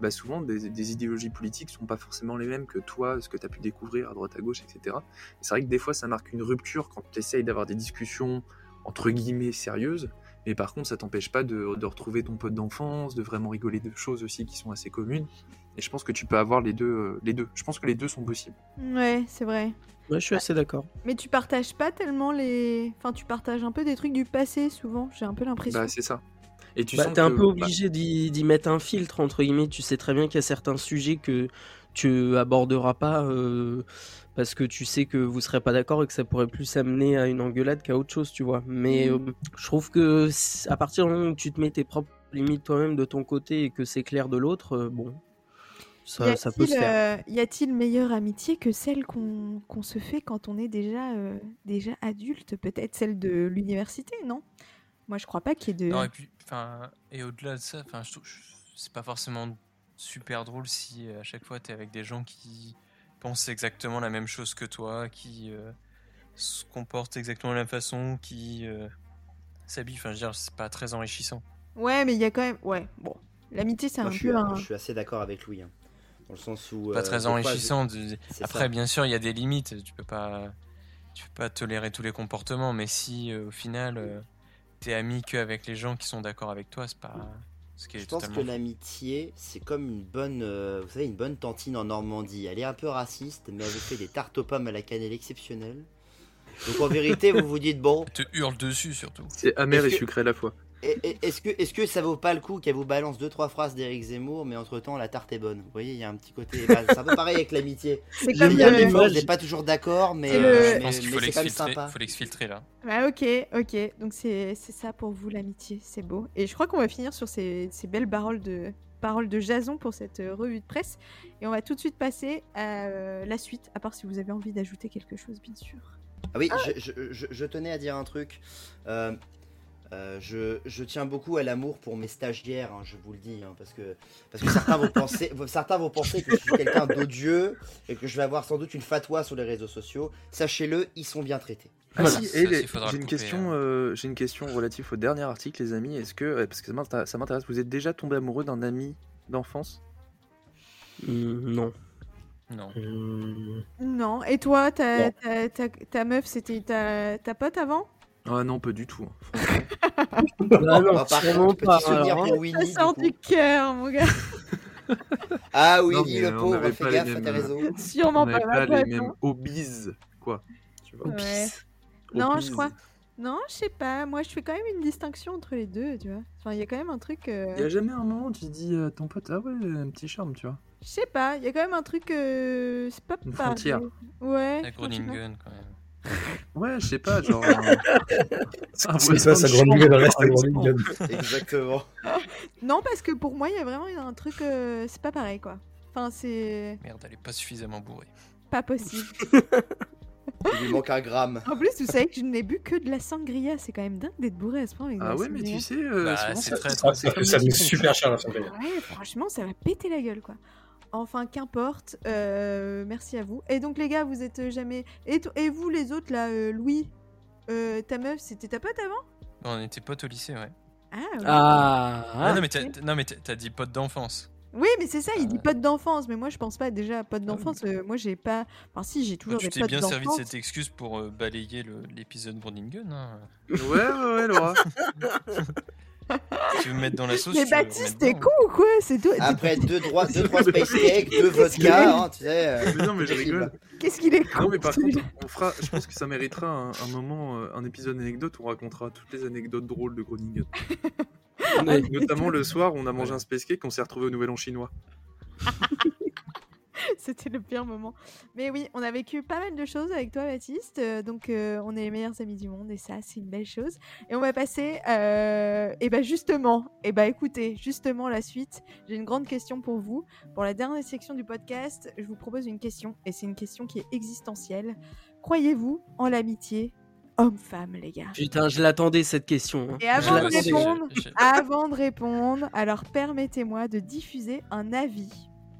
[SPEAKER 4] bah, souvent des, des idéologies politiques sont pas forcément les mêmes que toi, ce que t'as pu découvrir à droite à gauche, etc. Et c'est vrai que des fois ça marque une rupture quand t'essayes d'avoir des discussions entre guillemets sérieuses. Mais par contre, ça t'empêche pas de, de retrouver ton pote d'enfance, de vraiment rigoler de choses aussi qui sont assez communes. Et je pense que tu peux avoir les deux. euh, les deux. Je pense que les deux sont possibles.
[SPEAKER 1] Ouais, c'est vrai.
[SPEAKER 6] Moi je suis assez d'accord.
[SPEAKER 1] Mais tu partages pas tellement les. Enfin, tu partages un peu des trucs du passé souvent, j'ai un peu l'impression.
[SPEAKER 4] Bah, c'est ça. Et tu
[SPEAKER 6] Bah,
[SPEAKER 4] sens
[SPEAKER 6] t'es un
[SPEAKER 4] que-
[SPEAKER 6] peu
[SPEAKER 4] bah,
[SPEAKER 6] obligé d'y d'y mettre un filtre entre guillemets. Tu sais très bien qu'il y a certains sujets que tu aborderas pas euh, parce que tu sais que vous serez pas d'accord et que ça pourrait plus amener à une engueulade qu'à autre chose, tu vois. Mais
[SPEAKER 4] Mmh.
[SPEAKER 6] euh, je trouve que c- à partir du moment où tu te mets tes propres limites toi-même de ton côté et que c'est clair de l'autre, euh, bon,
[SPEAKER 1] Y
[SPEAKER 6] ça,
[SPEAKER 1] a-t-il,
[SPEAKER 6] ça peut se faire.
[SPEAKER 1] euh, y a-t-il meilleure amitié que celle qu'on qu'on se fait quand on est déjà, euh, déjà adulte Peut-être celle de l'université, non Moi, je crois pas qu'il y ait de.
[SPEAKER 3] Non, et puis, enfin, et au-delà de ça, enfin, je trouve, je- c'est pas forcément super drôle si euh, à chaque fois t'es avec des gens qui pensent exactement la même chose que toi, qui euh, se comportent exactement de la même façon, qui euh, s'habillent. Enfin, je veux dire, c'est pas très enrichissant.
[SPEAKER 1] Ouais, mais il y a quand même. Ouais, bon. L'amitié, c'est
[SPEAKER 7] Moi,
[SPEAKER 1] un
[SPEAKER 7] je, suis,
[SPEAKER 1] peu un.
[SPEAKER 7] je suis assez d'accord avec Louis. hein. Dans le sens où.
[SPEAKER 3] Pas
[SPEAKER 7] euh, des
[SPEAKER 3] très
[SPEAKER 7] fois,
[SPEAKER 3] enrichissant. de-
[SPEAKER 7] je- c'est
[SPEAKER 3] Après,
[SPEAKER 7] ça.
[SPEAKER 3] bien sûr, il y a des limites. Tu peux pas, tu peux pas tolérer tous les comportements. Mais si euh, au final, euh, t'es ami qu'avec les gens qui sont d'accord avec toi, c'est pas ce qui est
[SPEAKER 7] Je pense que
[SPEAKER 3] totalement
[SPEAKER 7] l'amitié, c'est comme une bonne, euh, vous savez, une bonne tantine en Normandie. Elle est un peu raciste, mais elle vous fait des tartes aux pommes à la cannelle exceptionnelles. Donc en vérité, vous vous dites bon,
[SPEAKER 3] te hurle dessus surtout.
[SPEAKER 4] C'est amer et
[SPEAKER 7] Est-ce que-
[SPEAKER 4] sucré à la fois.
[SPEAKER 7] et- et- est-ce que, est-ce que ça vaut pas le coup qu'elle vous balance deux trois phrases d'Éric Zemmour, mais entre temps la tarte est bonne. Vous voyez, il y a un petit côté, bah, c'est un peu pareil avec l'amitié.
[SPEAKER 1] C'est
[SPEAKER 7] Il
[SPEAKER 1] comme
[SPEAKER 7] y a
[SPEAKER 1] le-
[SPEAKER 7] des fois, vous
[SPEAKER 6] l'image.
[SPEAKER 7] n'êtes pas toujours d'accord, mais,
[SPEAKER 1] C'est le-
[SPEAKER 7] euh,
[SPEAKER 3] Je
[SPEAKER 7] mais-
[SPEAKER 3] pense qu'il faut
[SPEAKER 7] mais c'est quand même
[SPEAKER 3] l'exfiltrer.
[SPEAKER 7] sympa.
[SPEAKER 3] Faut l'exfiltrer là.
[SPEAKER 1] Ouais, ok, ok. Donc, c'est c'est ça pour vous, l'amitié. C'est beau. Et je crois qu'on va finir sur ces, ces belles paroles de, paroles de Jason pour cette euh, revue de presse. Et on va tout de suite passer à euh, la suite, à part si vous avez envie d'ajouter quelque chose, bien sûr.
[SPEAKER 7] Ah oui, je, je- je- je tenais à dire un truc. Euh, euh, je, je tiens beaucoup à l'amour pour mes stagiaires, hein, je vous le dis, hein, parce que, parce que certains, vont penser, certains vont penser que je suis quelqu'un d'odieux et que je vais avoir sans doute une fatwa sur les réseaux sociaux. Sachez-le, ils sont bien traités.
[SPEAKER 4] Ah
[SPEAKER 3] Voilà,
[SPEAKER 4] si,
[SPEAKER 3] ça
[SPEAKER 4] et
[SPEAKER 3] aussi,
[SPEAKER 4] les-
[SPEAKER 3] faudra
[SPEAKER 4] j'ai
[SPEAKER 3] le
[SPEAKER 4] une
[SPEAKER 3] couper,
[SPEAKER 4] question,
[SPEAKER 3] hein.
[SPEAKER 4] euh, j'ai une question relative au dernier article, les amis. Est-ce que, euh, parce que ça m'intéresse- ça m'intéresse, vous êtes déjà tombé amoureux d'un ami d'enfance
[SPEAKER 6] Hmm, non.
[SPEAKER 3] Non.
[SPEAKER 2] Hum,
[SPEAKER 1] Non. Et toi, ta,
[SPEAKER 2] Non.
[SPEAKER 1] ta, ta- ta meuf, c'était ta, ta pote avant
[SPEAKER 4] Ah non, pas du tout. hein, franchement.
[SPEAKER 6] Ah non,
[SPEAKER 7] Ah, par
[SPEAKER 6] sûrement
[SPEAKER 7] contre,
[SPEAKER 6] pas,
[SPEAKER 7] petit souvenir
[SPEAKER 6] alors, hein.
[SPEAKER 7] pour Winnie.
[SPEAKER 1] Ça
[SPEAKER 7] du
[SPEAKER 1] sort
[SPEAKER 7] coup.
[SPEAKER 1] du cœur, mon gars.
[SPEAKER 7] Ah oui,
[SPEAKER 4] Non, mais
[SPEAKER 7] le
[SPEAKER 4] on
[SPEAKER 7] pauvre,
[SPEAKER 4] n'avait
[SPEAKER 7] fais
[SPEAKER 4] pas les
[SPEAKER 7] gaffe à tes
[SPEAKER 4] mêmes-
[SPEAKER 7] réseaux.
[SPEAKER 1] Sûrement
[SPEAKER 4] On
[SPEAKER 1] pas.
[SPEAKER 4] n'avait
[SPEAKER 1] ma
[SPEAKER 4] pas les
[SPEAKER 1] pote,
[SPEAKER 4] mêmes
[SPEAKER 1] hein.
[SPEAKER 4] hobbies, quoi. Tu vois
[SPEAKER 1] Ouais. Non, je crois. Non, je sais pas. Moi, je fais quand même une distinction entre les deux, tu vois. Enfin, il y a quand même un truc. euh,
[SPEAKER 4] Il y a jamais un moment où tu dis à ton pote, ah ouais, un petit charme, tu vois.
[SPEAKER 1] Je sais pas. Il y a quand même un truc. euh, C'est pas
[SPEAKER 4] Une
[SPEAKER 1] pareil.
[SPEAKER 4] frontière.
[SPEAKER 1] Ouais.
[SPEAKER 3] La
[SPEAKER 1] frontière.
[SPEAKER 3] Groningen quand même.
[SPEAKER 4] Ah, Ouais, je sais pas, genre. euh, un- un
[SPEAKER 2] C'est ça,
[SPEAKER 4] western
[SPEAKER 2] sa grande
[SPEAKER 4] charme,
[SPEAKER 2] gueule reste
[SPEAKER 4] par
[SPEAKER 2] la grande
[SPEAKER 4] exemple.
[SPEAKER 2] gueule.
[SPEAKER 7] Exactement.
[SPEAKER 1] Non, parce que pour moi, il y a vraiment un truc. euh, C'est pas pareil, quoi. Enfin, c'est
[SPEAKER 3] Merde, elle est pas suffisamment bourrée.
[SPEAKER 1] pas possible.
[SPEAKER 7] Il lui manque un gramme.
[SPEAKER 1] En plus, vous savez que je n'ai bu que de la sangria. C'est quand même dingue d'être bourré à ce point. avec de la
[SPEAKER 4] Ah ouais, mais
[SPEAKER 1] sangria.
[SPEAKER 4] tu sais, euh,
[SPEAKER 3] Bah,
[SPEAKER 4] souvent,
[SPEAKER 3] c'est
[SPEAKER 4] ça-
[SPEAKER 3] très-
[SPEAKER 4] ça-
[SPEAKER 2] Ah,
[SPEAKER 4] c'est
[SPEAKER 2] parce que
[SPEAKER 4] comme
[SPEAKER 2] ça
[SPEAKER 4] le
[SPEAKER 2] nous
[SPEAKER 4] citron.
[SPEAKER 2] super cher la sangria.
[SPEAKER 1] Ouais, franchement, ça va péter la gueule, quoi. Enfin, qu'importe. euh, merci à vous. Et donc, les gars, vous êtes jamais. Et, to- et vous, les autres, là, euh, Louis, euh, ta meuf, c'était ta pote avant
[SPEAKER 3] On était potes au lycée, ouais.
[SPEAKER 1] Ah, ouais.
[SPEAKER 6] Ah,
[SPEAKER 3] Ah, non, mais t'as-
[SPEAKER 1] ok.
[SPEAKER 3] t'as- non, mais t'as- t'as dit potes d'enfance.
[SPEAKER 1] Oui, mais c'est ça, il dit
[SPEAKER 3] Ah.
[SPEAKER 1] pote d'enfance. Mais moi, je pense pas déjà à pote d'enfance. euh, moi, j'ai pas. Enfin, si, j'ai
[SPEAKER 3] Bah,
[SPEAKER 1] toujours
[SPEAKER 3] tu
[SPEAKER 1] des
[SPEAKER 3] t'es
[SPEAKER 1] potes
[SPEAKER 3] bien servi de
[SPEAKER 1] d'enfance.
[SPEAKER 3] cette excuse pour euh, balayer le- l'épisode Bourningen. hein.
[SPEAKER 4] Ouais, ouais, ouais, Laura.
[SPEAKER 3] Si tu veux me mettre dans la sauce,
[SPEAKER 1] Mais
[SPEAKER 3] tu peux me
[SPEAKER 1] Baptiste,
[SPEAKER 3] mettre
[SPEAKER 1] t'es
[SPEAKER 3] dedans, hein.
[SPEAKER 1] con ou quoi C'est toi.
[SPEAKER 7] Après deux, trois, deux, trois space cakes, deux vodka, hein, tu sais. euh,
[SPEAKER 4] Mais non, mais je rigole.
[SPEAKER 1] Qu'est-ce qu'il est con
[SPEAKER 4] Non, mais par
[SPEAKER 1] celui-là.
[SPEAKER 4] contre, on fera, je pense que ça méritera un, un moment, euh, un épisode anecdote où on racontera toutes les anecdotes drôles de Groningen.
[SPEAKER 6] ouais.
[SPEAKER 4] Notamment le soir, on a mangé un space cake, on s'est retrouvé au Nouvel An chinois.
[SPEAKER 1] C'était le pire moment. Mais oui, on a vécu pas mal de choses avec toi, Baptiste. euh, donc, euh, on est les meilleurs amis du monde et ça, c'est une belle chose. Et on va passer, euh, et ben justement, et ben écoutez, justement la suite. J'ai une grande question pour vous. Pour la dernière section du podcast, je vous propose une question et c'est une question qui est existentielle. Croyez-vous en l'amitié homme-femme, les gars
[SPEAKER 6] Putain, je l'attendais cette question. hein.
[SPEAKER 1] Et
[SPEAKER 3] hein.
[SPEAKER 1] avant
[SPEAKER 6] Je
[SPEAKER 1] de
[SPEAKER 6] l'attendais.
[SPEAKER 1] répondre-
[SPEAKER 3] j'ai- j'ai-
[SPEAKER 1] Avant de répondre, alors permettez-moi de diffuser un avis,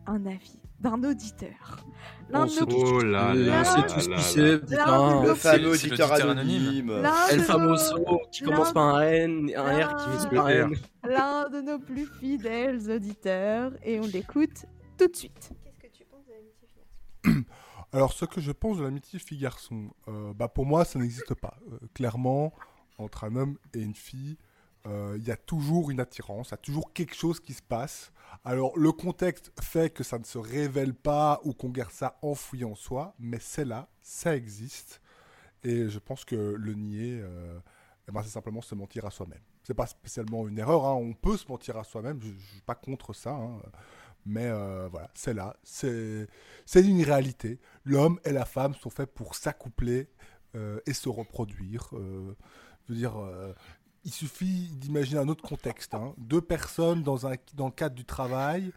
[SPEAKER 1] un avis d'un auditeur. L'un de nos-
[SPEAKER 10] Oh
[SPEAKER 11] Ah
[SPEAKER 10] là
[SPEAKER 6] Euh,
[SPEAKER 10] là
[SPEAKER 6] On sait
[SPEAKER 10] là
[SPEAKER 6] tout ce
[SPEAKER 10] là
[SPEAKER 6] qui
[SPEAKER 10] là.
[SPEAKER 6] c'est,
[SPEAKER 1] Là, on
[SPEAKER 6] putain.
[SPEAKER 7] Le
[SPEAKER 1] peut-
[SPEAKER 3] c'est
[SPEAKER 7] fameux
[SPEAKER 3] l'auditeur
[SPEAKER 7] auditeur
[SPEAKER 3] anonyme.
[SPEAKER 7] anonyme.
[SPEAKER 1] l'un
[SPEAKER 6] El
[SPEAKER 1] de nos-
[SPEAKER 6] famoso qui commence par un N, un R qui finit
[SPEAKER 1] Ah.
[SPEAKER 6] par un N.
[SPEAKER 1] l'un de nos plus fidèles auditeurs et on l'écoute tout de suite.
[SPEAKER 9] Qu'est-ce que tu penses de l'amitié
[SPEAKER 11] Alors, ce que je pense de l'amitié fille-garçon, euh, bah, pour moi, ça n'existe pas. Euh, clairement, entre un homme et une fille, euh, il y a toujours une attirance, il y a toujours quelque chose qui se passe. Alors, le contexte fait que ça ne se révèle pas ou qu'on garde ça enfoui en soi, mais c'est là, ça existe. Et je pense que le nier, euh, eh ben, c'est simplement se mentir à soi-même. C'est pas spécialement une erreur, hein, on peut se mentir à soi-même, je ne suis pas contre ça. hein. mais euh, voilà, c'est là, c'est c'est une réalité. L'homme et la femme sont faits pour s'accoupler euh, et se reproduire. Euh, je veux dire, euh, il suffit d'imaginer un autre contexte. hein. Deux personnes dans, un, dans le cadre du travail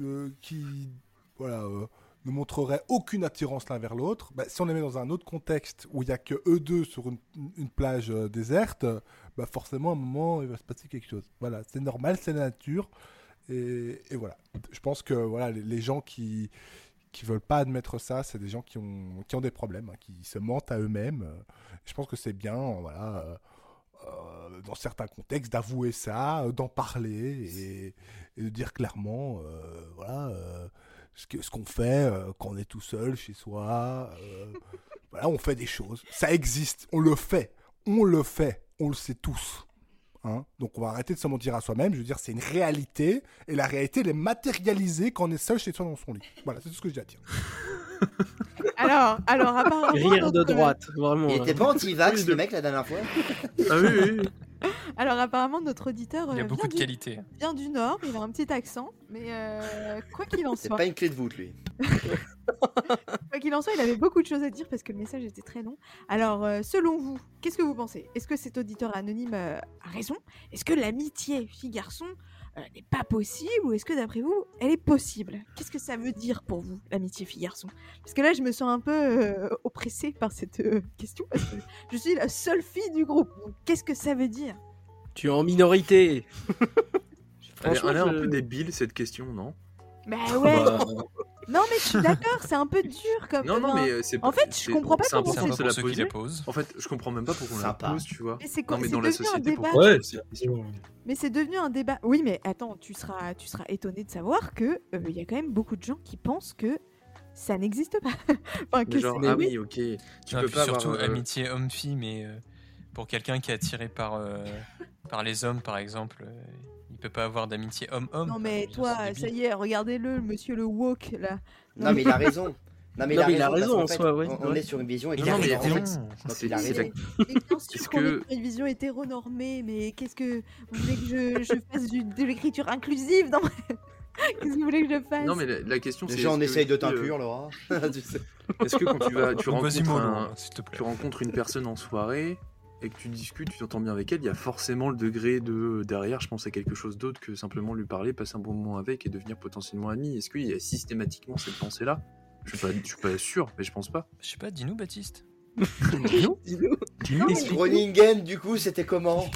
[SPEAKER 11] euh, qui voilà, euh, ne montreraient aucune attirance l'un vers l'autre. Bah, si on les met dans un autre contexte où il n'y a que eux deux sur une, une plage euh, déserte, euh, bah forcément, à un moment, il va se passer quelque chose. Voilà, c'est normal, c'est la nature. Et, et voilà. Je pense que voilà, les- les gens qui, qui veulent pas admettre ça, c'est des gens qui ont, qui ont des problèmes, hein, qui se mentent à eux-mêmes. Euh, Je pense que c'est bien, euh, voilà, euh, euh, dans certains contextes, d'avouer ça, euh, d'en parler et, et de dire clairement, euh, voilà, euh, ce que- ce qu'on fait euh, quand on est tout seul chez soi. euh, voilà, on fait des choses. Ça existe, on le fait, on le fait, on le sait tous. hein. Donc on va arrêter de se mentir à soi-même. Je veux dire, c'est une réalité et la réalité, elle est matérialisée quand on est seul chez soi dans son lit. Voilà, c'est tout ce que j'ai à dire.
[SPEAKER 1] Alors, alors apparemment,
[SPEAKER 6] Rire de
[SPEAKER 1] notre-
[SPEAKER 6] droite, vraiment.
[SPEAKER 7] Il
[SPEAKER 6] là.
[SPEAKER 7] était pas anti-vax, le mec, la dernière fois
[SPEAKER 4] Ah oui, oui, oui.
[SPEAKER 1] alors apparemment notre auditeur
[SPEAKER 3] Il y a
[SPEAKER 1] euh,
[SPEAKER 3] beaucoup
[SPEAKER 1] vient,
[SPEAKER 3] de
[SPEAKER 1] du,
[SPEAKER 3] qualités. hein.
[SPEAKER 1] vient du nord, il a un petit accent, mais euh, quoi qu'il en
[SPEAKER 7] C'est
[SPEAKER 1] soit,
[SPEAKER 7] pas une clé de voûte, lui.
[SPEAKER 1] quoi qu'il en soit, il avait beaucoup de choses à dire parce que le message était très long. Alors, euh, selon vous, qu'est-ce que vous pensez Est-ce que cet auditeur anonyme euh, a raison Est-ce que l'amitié fille-garçon euh, n'est pas possible ou est-ce que d'après vous, elle est possible Qu'est-ce que ça veut dire pour vous, l'amitié fille-garçon Parce que là, je me sens un peu euh, oppressée par cette euh, question parce que je suis la seule fille du groupe. Donc, qu'est-ce que ça veut dire
[SPEAKER 6] Tu es en minorité.
[SPEAKER 4] Elle est-
[SPEAKER 6] Franchement,
[SPEAKER 4] elle est un
[SPEAKER 6] je-
[SPEAKER 4] peu débile cette question, non
[SPEAKER 1] Bah ouais Non, mais je suis d'accord, c'est un peu dur comme.
[SPEAKER 4] Non, non,
[SPEAKER 1] enfin,
[SPEAKER 4] mais euh, c'est
[SPEAKER 1] Ah, en fait, je
[SPEAKER 4] c'est-
[SPEAKER 1] comprends pas
[SPEAKER 4] C'est
[SPEAKER 1] comment
[SPEAKER 3] C'est un
[SPEAKER 4] important
[SPEAKER 3] peu
[SPEAKER 4] de se la
[SPEAKER 3] pour ceux qui
[SPEAKER 4] poser.
[SPEAKER 3] la posent.
[SPEAKER 4] En fait, je comprends même pas pourquoi on la
[SPEAKER 7] Sympa.
[SPEAKER 4] pose, tu vois.
[SPEAKER 1] mais c'est quoi
[SPEAKER 4] Non, mais
[SPEAKER 1] C'est
[SPEAKER 4] dans la
[SPEAKER 1] devenu un
[SPEAKER 4] société,
[SPEAKER 1] débat
[SPEAKER 4] pourquoi
[SPEAKER 2] Ouais, c'est c'est bon.
[SPEAKER 1] Mais c'est devenu un débat. Oui, mais attends, tu seras, tu seras étonné de savoir que euh, il y a quand même beaucoup de gens qui pensent que ça n'existe pas. enfin, que
[SPEAKER 4] Mais genre,
[SPEAKER 1] c'est-
[SPEAKER 4] ah
[SPEAKER 1] oui.
[SPEAKER 4] oui, ok. Tu
[SPEAKER 3] Non,
[SPEAKER 4] peux
[SPEAKER 3] puis
[SPEAKER 4] pas
[SPEAKER 3] surtout
[SPEAKER 4] avoir. euh,
[SPEAKER 3] amitié homme-fille, mais euh, pour quelqu'un qui est attiré par, euh, par les hommes, par exemple, euh, il peut pas avoir d'amitié homme-homme.
[SPEAKER 1] Non
[SPEAKER 3] quoi.
[SPEAKER 1] mais
[SPEAKER 3] Je veux dire, Ah c'est
[SPEAKER 1] toi, ça
[SPEAKER 3] débile.
[SPEAKER 1] y est, regardez-le, le monsieur le woke là.
[SPEAKER 7] Non, mais il a raison. Non, mais
[SPEAKER 6] Non, mais il a
[SPEAKER 7] parce
[SPEAKER 6] raison
[SPEAKER 7] qu'en
[SPEAKER 6] en
[SPEAKER 7] fait,
[SPEAKER 6] soi, ouais,
[SPEAKER 7] On, on
[SPEAKER 6] ouais.
[SPEAKER 7] est sur une vision
[SPEAKER 3] Il a
[SPEAKER 4] Non, mais
[SPEAKER 7] hétéronormée.
[SPEAKER 3] raison.
[SPEAKER 7] Donc,
[SPEAKER 4] c'est-
[SPEAKER 7] il a
[SPEAKER 4] c'est
[SPEAKER 7] raison.
[SPEAKER 4] la-
[SPEAKER 1] Mais bien sûr
[SPEAKER 4] Est-ce
[SPEAKER 1] qu'on
[SPEAKER 4] que-
[SPEAKER 1] est sur une vision hétéronormée, mais qu'est-ce que vous voulez que je, je fasse du- de l'écriture inclusive Non, mais Qu'est-ce que vous voulez que je fasse
[SPEAKER 4] Non, mais la, la question c'est.
[SPEAKER 7] Déjà, on
[SPEAKER 4] est-ce que
[SPEAKER 7] essaye de
[SPEAKER 4] tu, euh,
[SPEAKER 7] t'inclure, Laura. Tu sais.
[SPEAKER 4] Est-ce que quand tu vas, tu
[SPEAKER 3] Donc, vas-y,
[SPEAKER 4] rencontres,
[SPEAKER 3] mollo,
[SPEAKER 4] un-
[SPEAKER 3] hein, s'il te plaît.
[SPEAKER 4] tu rencontres une personne en soirée et que tu discutes, tu t'entends bien avec elle, il y a forcément le degré de derrière, je pense à quelque chose d'autre que simplement lui parler, passer un bon moment avec et devenir potentiellement ami. Est-ce qu'il y a systématiquement cette pensée-là je suis, pas, je suis pas sûr, mais je pense pas.
[SPEAKER 3] Je sais pas, dis-nous, Baptiste.
[SPEAKER 6] Dis-nous. Dis-nous.
[SPEAKER 3] Dis-nous.
[SPEAKER 7] Et Groningen, du coup, c'était comment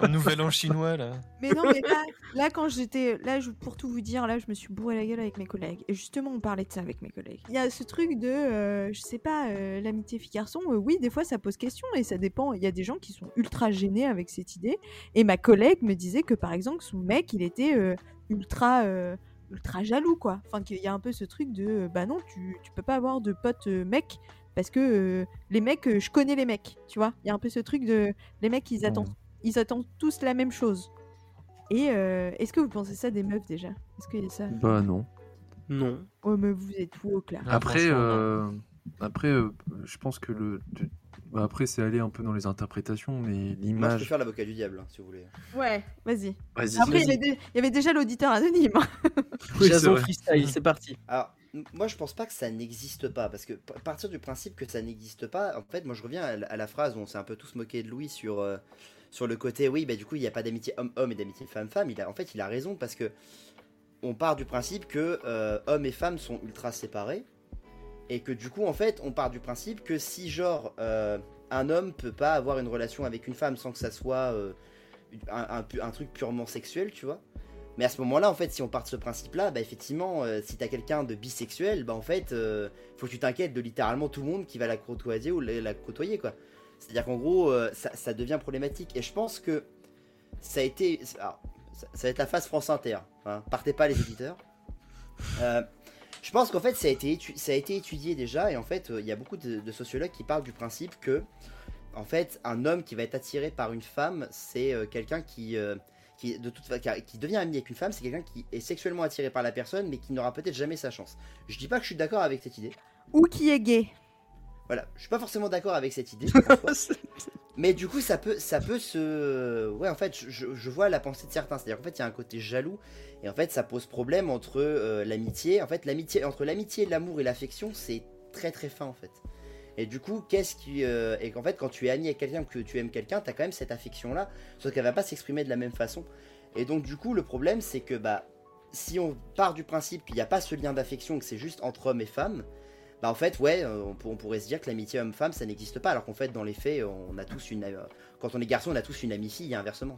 [SPEAKER 3] Un nouvel an chinois là.
[SPEAKER 1] Mais non, mais là, là, quand j'étais. Là, je, pour tout vous dire, là, je me suis bourré la gueule avec mes collègues. Et justement, on parlait de ça avec mes collègues. Il y a ce truc de. euh, je sais pas, euh, l'amitié fille-garçon, euh, oui, des fois, ça pose question et ça dépend. Il y a des gens qui sont ultra gênés avec cette idée. Et ma collègue me disait que, par exemple, son mec, il était euh, ultra. euh, ultra jaloux quoi enfin qu'il y a un peu ce truc de euh, bah non tu, tu peux pas avoir de potes euh, mecs parce que euh, les mecs euh, je connais les mecs tu vois il y a un peu ce truc de les mecs ils attendent ils attendent tous la même chose et euh, est-ce que vous pensez ça des meufs déjà est-ce qu'il y a ça
[SPEAKER 4] Bah non.
[SPEAKER 6] Non.
[SPEAKER 1] oh mais vous êtes woke clair
[SPEAKER 3] Ah,
[SPEAKER 4] Après,
[SPEAKER 3] franchement,
[SPEAKER 4] euh, après, euh, je pense que le. tu- bah, après, c'est aller un peu dans les interprétations, mais
[SPEAKER 7] Moi, je
[SPEAKER 4] l'image.
[SPEAKER 7] peux faire l'avocat du diable, hein, si vous voulez.
[SPEAKER 1] ouais vas-y
[SPEAKER 4] Vas-y,
[SPEAKER 1] après il
[SPEAKER 4] vas-y.
[SPEAKER 1] y, avait dé- il y avait déjà l'auditeur anonyme hein.
[SPEAKER 4] Oui, c'est
[SPEAKER 6] Jason
[SPEAKER 4] vrai.
[SPEAKER 6] freestyle, c'est parti.
[SPEAKER 7] Alors, m- moi, je pense pas que ça n'existe pas, parce que p- à partir du principe que ça n'existe pas, en fait, moi, je reviens à, la- à la phrase où on s'est un peu tous moqué de Louis sur, euh, sur le côté, oui, bah, du coup, il n'y a pas d'amitié homme-homme et d'amitié femme-femme. Il a, en fait, il a raison, parce que on part du principe que euh, hommes et femmes sont ultra séparés, et que du coup, en fait, on part du principe que si, genre, euh, un homme peut pas avoir une relation avec une femme sans que ça soit euh, un- un pu- un truc purement sexuel, tu vois. Mais à ce moment-là, en fait, si on part de ce principe-là, bah effectivement, euh, si t'as quelqu'un de bisexuel, bah en fait, euh, faut que tu t'inquiètes de littéralement tout le monde qui va la côtoyer ou la, la côtoyer, quoi. C'est-à-dire qu'en gros, euh, ça, ça devient problématique. Et je pense que ça a été. alors, ça, ça va être la phase France Inter. hein. Partez pas, les éditeurs. Euh, je pense qu'en fait, ça a, été étu- ça a été étudié déjà. Et en fait, euh, il y a beaucoup de, de sociologues qui parlent du principe que, en fait, un homme qui va être attiré par une femme, c'est euh, quelqu'un qui. euh, qui, est de toute, fa- qui- qui devient ami avec une femme, c'est quelqu'un qui est sexuellement attiré par la personne, mais qui n'aura peut-être jamais sa chance. Je dis pas que je suis d'accord avec cette idée.
[SPEAKER 1] ou qui est gay
[SPEAKER 7] Voilà, je suis pas forcément d'accord avec cette idée. en soi. mais du coup, ça peut, ça peut se. Ouais, en fait, je- je, je vois la pensée de certains. C'est-à-dire qu'en fait, il y a un côté jaloux, et en fait, ça pose problème entre euh, l'amitié. En fait, l'amitié entre l'amitié, l'amour et l'affection, c'est très très fin en fait. Et du coup, qu'est-ce qui. euh, Et qu'en fait, quand tu es ami avec quelqu'un, que tu aimes quelqu'un, t'as quand même cette affection-là, sauf qu'elle va pas s'exprimer de la même façon. Et donc, du coup, le problème, c'est que bah, si on part du principe qu'il n'y a pas ce lien d'affection, que c'est juste entre hommes et femmes, bah en fait, ouais, euh, on, pour- on pourrait se dire que l'amitié homme-femme, ça n'existe pas, alors qu'en fait, dans les faits, on a tous une. euh, quand on est garçon, on a tous une amie-fille, et inversement.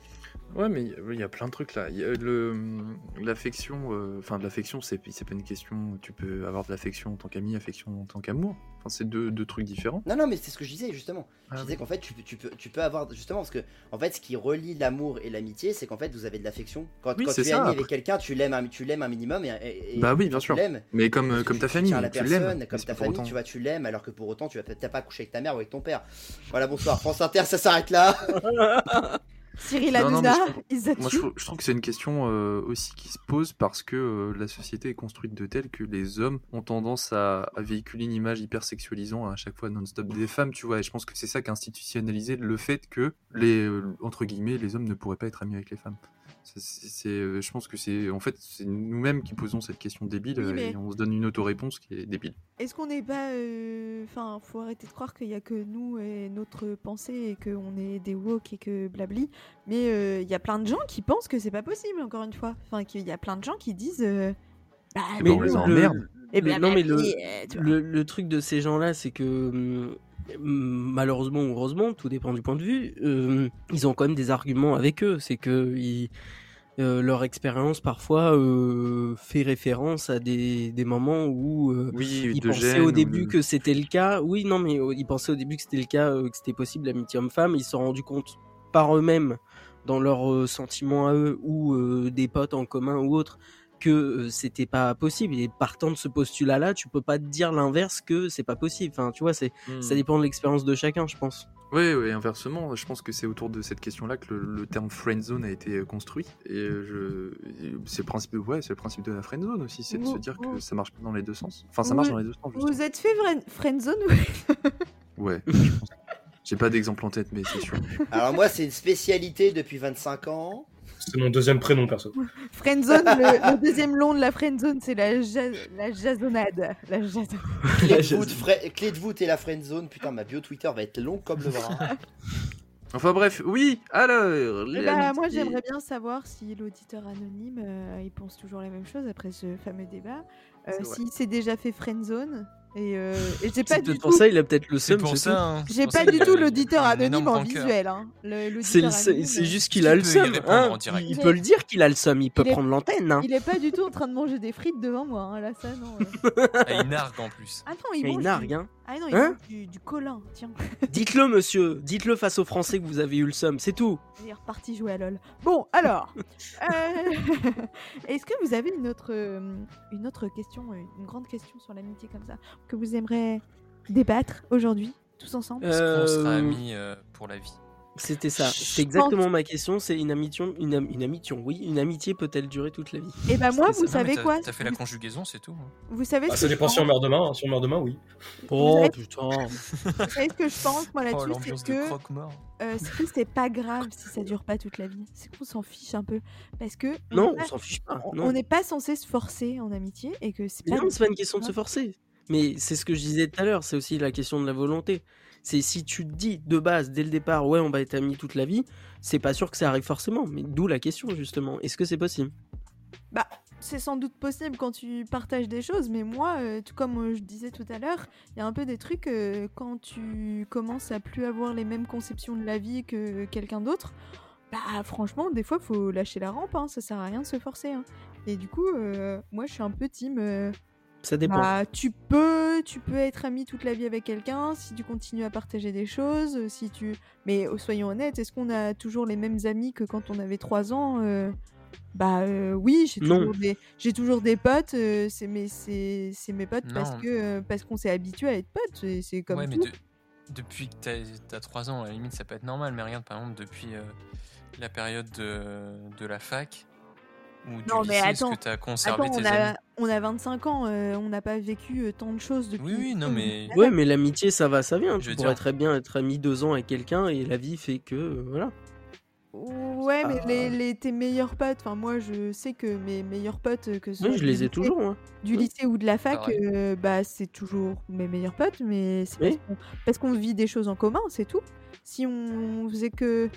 [SPEAKER 4] Ouais, mais il y a plein de trucs là. Il y a le- hum, L'affection, euh, enfin, de l'affection, c'est c'est pas une question. Tu peux avoir de l'affection en tant qu'ami, affection en tant qu'amour. Enfin, c'est deux, deux trucs différents.
[SPEAKER 7] Non, non, mais c'est ce que je disais, justement. je
[SPEAKER 4] Ah
[SPEAKER 7] disais qu'en fait, tu, peux- tu peux, tu peux avoir. Justement, parce que, en fait, ce qui relie l'amour et l'amitié, c'est qu'en fait, vous avez de l'affection. Quand,
[SPEAKER 4] Oui,
[SPEAKER 7] quand tu
[SPEAKER 4] c'est
[SPEAKER 7] es
[SPEAKER 4] ça,
[SPEAKER 7] ami
[SPEAKER 4] après.
[SPEAKER 7] avec quelqu'un, tu l'aimes un, tu l'aimes un minimum, et. et- et
[SPEAKER 4] Bah oui, bien
[SPEAKER 7] tu
[SPEAKER 4] sûr.
[SPEAKER 7] l'aimes.
[SPEAKER 4] Mais comme,
[SPEAKER 7] Parce
[SPEAKER 4] euh,
[SPEAKER 7] que
[SPEAKER 4] comme
[SPEAKER 7] tu-
[SPEAKER 4] ta
[SPEAKER 7] tu
[SPEAKER 4] famille,
[SPEAKER 7] tiens à la
[SPEAKER 4] tu l'aimes.
[SPEAKER 7] personne,
[SPEAKER 4] mais
[SPEAKER 7] Comme
[SPEAKER 4] c'est
[SPEAKER 7] ta
[SPEAKER 4] pas pour
[SPEAKER 7] famille,
[SPEAKER 4] autant.
[SPEAKER 7] tu vois, tu l'aimes, alors que pour autant, tu vas peut-être t'as pas couché avec ta mère ou avec ton père. Voilà, bonsoir. France Inter, ça s'arrête là.
[SPEAKER 1] Cyril
[SPEAKER 4] Non, non, mais
[SPEAKER 1] Hanouna
[SPEAKER 4] je comprends.
[SPEAKER 1] ils
[SPEAKER 4] Moi, je trouve, je trouve que c'est une question euh, aussi qui se pose parce que euh, la société est construite de telle que les hommes ont tendance à, à véhiculer une image hyper sexualisant à chaque fois non-stop des femmes, tu vois. Et je pense que c'est ça qui a institutionnalisé le fait que les euh, entre guillemets les hommes ne pourraient pas être amis avec les femmes. C'est- C'est, c'est, euh, je pense que c'est en fait c'est nous-mêmes qui posons cette question débile
[SPEAKER 1] Oui,
[SPEAKER 4] euh,
[SPEAKER 1] mais-
[SPEAKER 4] et on se donne une auto-réponse qui est débile.
[SPEAKER 1] Est-ce qu'on n'est pas. euh, Enfin, faut arrêter de croire qu'il n'y a que nous et notre pensée et qu'on est des woke et que blabli. Mais euh, il y a plein de gens qui pensent que c'est pas possible, encore une fois. Enfin, qu'il y a plein de gens qui disent. euh, bah,
[SPEAKER 4] Mais on les
[SPEAKER 6] le-
[SPEAKER 4] emmerde.
[SPEAKER 1] eh
[SPEAKER 6] le-
[SPEAKER 1] ben,
[SPEAKER 6] non, mais le,
[SPEAKER 1] blabli, euh, tu vois.
[SPEAKER 6] le, le truc de ces gens-là, c'est que hum, malheureusement ou heureusement, tout dépend du point de vue, euh, ils ont quand même des arguments avec eux. C'est que ils- euh, leur expérience parfois euh, fait référence à des, des moments où euh,
[SPEAKER 4] Oui,
[SPEAKER 6] ils
[SPEAKER 4] de
[SPEAKER 6] pensaient
[SPEAKER 4] gêne,
[SPEAKER 6] au début
[SPEAKER 4] ou-
[SPEAKER 6] que c'était le cas. Oui, non, mais euh, ils pensaient au début que c'était le cas, euh, que c'était possible l'amitié homme-femme. Ils se sont rendus compte par eux-mêmes, dans leurs euh, sentiments à eux ou euh, des potes en commun ou autres, que euh, c'était pas possible. Et partant de ce postulat-là, tu peux pas te dire l'inverse que c'est pas possible. Enfin, tu vois, c'est
[SPEAKER 4] Hmm.
[SPEAKER 6] ça dépend de l'expérience de chacun, je pense.
[SPEAKER 4] Oui, oui, inversement, je pense que c'est autour de cette question-là que le, le terme friendzone a été euh, construit. Et euh, je, et c'est le principe, de- ouais, c'est le principe de la friendzone aussi, c'est de
[SPEAKER 1] Vous-
[SPEAKER 4] se dire
[SPEAKER 1] vous-
[SPEAKER 4] que ça marche pas dans les deux sens. Enfin, ça marche
[SPEAKER 1] Vous-
[SPEAKER 4] dans les deux sens.
[SPEAKER 1] Vous
[SPEAKER 4] Justement.
[SPEAKER 1] êtes fait vra- friendzone ou-
[SPEAKER 4] Ouais. je pense. J'ai pas d'exemple en tête, mais c'est sûr.
[SPEAKER 7] Alors, moi, c'est une spécialité depuis 25 ans.
[SPEAKER 2] C'est mon deuxième prénom perso.
[SPEAKER 1] Friendzone, le, le deuxième long de la friendzone, c'est la, ja- la jasonade. La jasonade.
[SPEAKER 7] Clé de, voûte, frais- clé de voûte et la friend zone. Putain, ma bio Twitter va être longue comme le bras.
[SPEAKER 4] Enfin bref, oui. Alors,
[SPEAKER 1] Eh
[SPEAKER 4] les
[SPEAKER 1] bah,
[SPEAKER 4] amitiés-
[SPEAKER 1] moi, j'aimerais bien savoir si l'auditeur anonyme, euh, il pense toujours la même chose après ce fameux débat. Euh,
[SPEAKER 4] C'est vrai.
[SPEAKER 1] S'il s'est déjà fait friendzone, Et, euh, et j'ai pas
[SPEAKER 6] C'est
[SPEAKER 1] du
[SPEAKER 6] peut-être
[SPEAKER 1] tout.
[SPEAKER 6] pour ça, il a peut-être le
[SPEAKER 3] C'est
[SPEAKER 6] seum.
[SPEAKER 3] pour
[SPEAKER 6] c'est
[SPEAKER 3] ça. hein.
[SPEAKER 1] J'ai
[SPEAKER 3] C'est pour ça
[SPEAKER 1] pas du
[SPEAKER 3] qu'il a-
[SPEAKER 1] tout
[SPEAKER 3] il a
[SPEAKER 1] l'auditeur
[SPEAKER 3] un
[SPEAKER 1] anonyme
[SPEAKER 3] énorme
[SPEAKER 1] en
[SPEAKER 3] rancœur.
[SPEAKER 1] visuel. hein. Le-
[SPEAKER 6] tout.
[SPEAKER 1] l'auditeur
[SPEAKER 6] C'est- C'est
[SPEAKER 1] anonyme,
[SPEAKER 6] c'est juste
[SPEAKER 3] Il
[SPEAKER 6] qu'il a le
[SPEAKER 3] peut y
[SPEAKER 6] seum.
[SPEAKER 3] répondre
[SPEAKER 6] hein.
[SPEAKER 3] en direct.
[SPEAKER 6] Il peut le dire qu'il a le seum. Il peut
[SPEAKER 1] Il est-
[SPEAKER 6] prendre l'antenne. hein.
[SPEAKER 1] euh, Il est pas du tout en train de manger des frites devant moi, hein, là, ça, non. euh.
[SPEAKER 3] Ah, il nargue en plus.
[SPEAKER 1] Ah non, il
[SPEAKER 6] Il
[SPEAKER 1] mange
[SPEAKER 6] nargue.
[SPEAKER 1] du...
[SPEAKER 6] hein.
[SPEAKER 1] Ah non, il
[SPEAKER 6] Hein
[SPEAKER 1] mange du, du colin, tiens.
[SPEAKER 6] Dites-le, monsieur. Dites-le face aux Français que vous avez eu le seum. C'est tout.
[SPEAKER 1] Il est reparti jouer à LoL. Bon, alors, euh, est-ce que vous avez une autre, euh, une autre question, euh, une grande question sur l'amitié comme ça, que vous aimeriez débattre aujourd'hui, tous ensemble
[SPEAKER 3] Est-ce qu'on sera
[SPEAKER 6] Euh,
[SPEAKER 3] amis euh, pour la vie
[SPEAKER 6] C'était ça.
[SPEAKER 1] Je
[SPEAKER 6] C'est exactement ma question. C'est une amitié, une, am- une amitié, oui, une amitié peut-elle durer toute la vie
[SPEAKER 1] Et ben moi,
[SPEAKER 6] C'était ça.
[SPEAKER 1] vous
[SPEAKER 3] Non, mais
[SPEAKER 1] savez
[SPEAKER 3] t'as-
[SPEAKER 1] quoi
[SPEAKER 3] T'as fait la conjugaison, c'est tout. hein.
[SPEAKER 1] Vous savez
[SPEAKER 2] Bah,
[SPEAKER 1] ce
[SPEAKER 2] ça
[SPEAKER 1] que je
[SPEAKER 2] dépend si on
[SPEAKER 1] pense
[SPEAKER 2] meurt demain. hein. Si on meurt demain, oui.
[SPEAKER 6] Oh
[SPEAKER 1] avez-
[SPEAKER 6] putain.
[SPEAKER 1] Vous savez ce que je pense, moi,
[SPEAKER 3] Oh,
[SPEAKER 1] là-dessus,
[SPEAKER 3] l'ambiance
[SPEAKER 1] c'est
[SPEAKER 3] de
[SPEAKER 1] que
[SPEAKER 3] croque-mort.
[SPEAKER 1] euh, si c'est pas grave si ça dure pas toute la vie, c'est qu'on s'en fiche un peu, parce que on
[SPEAKER 6] Non,
[SPEAKER 1] est
[SPEAKER 6] on
[SPEAKER 1] pas-
[SPEAKER 6] s'en fiche pas.
[SPEAKER 1] on-
[SPEAKER 6] Non,
[SPEAKER 1] on n'est pas censé se forcer en amitié et que c'est
[SPEAKER 6] Mais
[SPEAKER 1] pas.
[SPEAKER 6] non, c'est pas une question de se forcer. Mais c'est ce que je disais tout à l'heure. C'est aussi la question de la volonté. C'est si tu te dis de base, dès le départ, ouais, on va être amis toute la vie, c'est pas sûr que ça arrive forcément. Mais d'où la question, justement. Est-ce que c'est possible
[SPEAKER 1] c'est sans doute possible quand tu partages des choses, mais moi, euh, tout comme euh, je disais tout à l'heure, il y a un peu des trucs euh, quand tu commences à plus avoir les mêmes conceptions de la vie que quelqu'un d'autre. Bah franchement, des fois, faut lâcher la rampe, hein, ça sert à rien de se forcer. hein. Et du coup, euh, moi, je suis un peu team. euh,
[SPEAKER 6] Ça dépend.
[SPEAKER 1] bah, tu peux, tu peux être ami toute la vie avec quelqu'un si tu continues à partager des choses, euh, si tu. Mais euh, soyons honnêtes, est-ce qu'on a toujours les mêmes amis que quand on avait 3 ans Euh, Bah euh, oui, j'ai
[SPEAKER 6] Non.
[SPEAKER 1] toujours des, j'ai toujours des potes. euh, c'est mes, c'est, c'est mes potes parce
[SPEAKER 3] Non.
[SPEAKER 1] que euh, parce qu'on s'est habitué à être potes. et C'est comme
[SPEAKER 3] ouais,
[SPEAKER 1] tout.
[SPEAKER 3] mais de- depuis que t'as- t'as 3 ans, à la limite, ça peut être normal. Mais regarde, par exemple, depuis euh, la période de, de la fac ou du
[SPEAKER 1] Non, mais
[SPEAKER 3] lycée, est-ce
[SPEAKER 1] attends.
[SPEAKER 3] que t'as conservé
[SPEAKER 1] Attends, on
[SPEAKER 3] tes
[SPEAKER 1] a,
[SPEAKER 3] amis
[SPEAKER 1] on a 25 ans, euh, on n'a pas vécu euh, tant de choses depuis.
[SPEAKER 3] Oui, oui, non, mais
[SPEAKER 1] Ah,
[SPEAKER 6] Ouais, mais l'amitié, ça va, ça vient.
[SPEAKER 3] Je
[SPEAKER 6] Tu
[SPEAKER 3] veux
[SPEAKER 6] pourrais
[SPEAKER 3] dire-
[SPEAKER 6] très bien être ami deux ans avec quelqu'un et la vie fait que. euh, voilà.
[SPEAKER 1] Ouais, mais
[SPEAKER 6] Ah.
[SPEAKER 1] les, les- tes meilleurs potes. Enfin, moi, je sais que mes meilleurs potes euh, que ce
[SPEAKER 6] Oui,
[SPEAKER 1] soit
[SPEAKER 6] je
[SPEAKER 1] du
[SPEAKER 6] les ai
[SPEAKER 1] lycée,
[SPEAKER 6] toujours. hein.
[SPEAKER 1] du
[SPEAKER 6] Ouais.
[SPEAKER 1] lycée ou de la fac,
[SPEAKER 3] Pareil.
[SPEAKER 1] euh, bah, c'est toujours mes meilleurs potes, mais c'est parce
[SPEAKER 6] Oui.
[SPEAKER 1] qu'on- parce qu'on vit des choses en commun, c'est tout. Si on faisait que,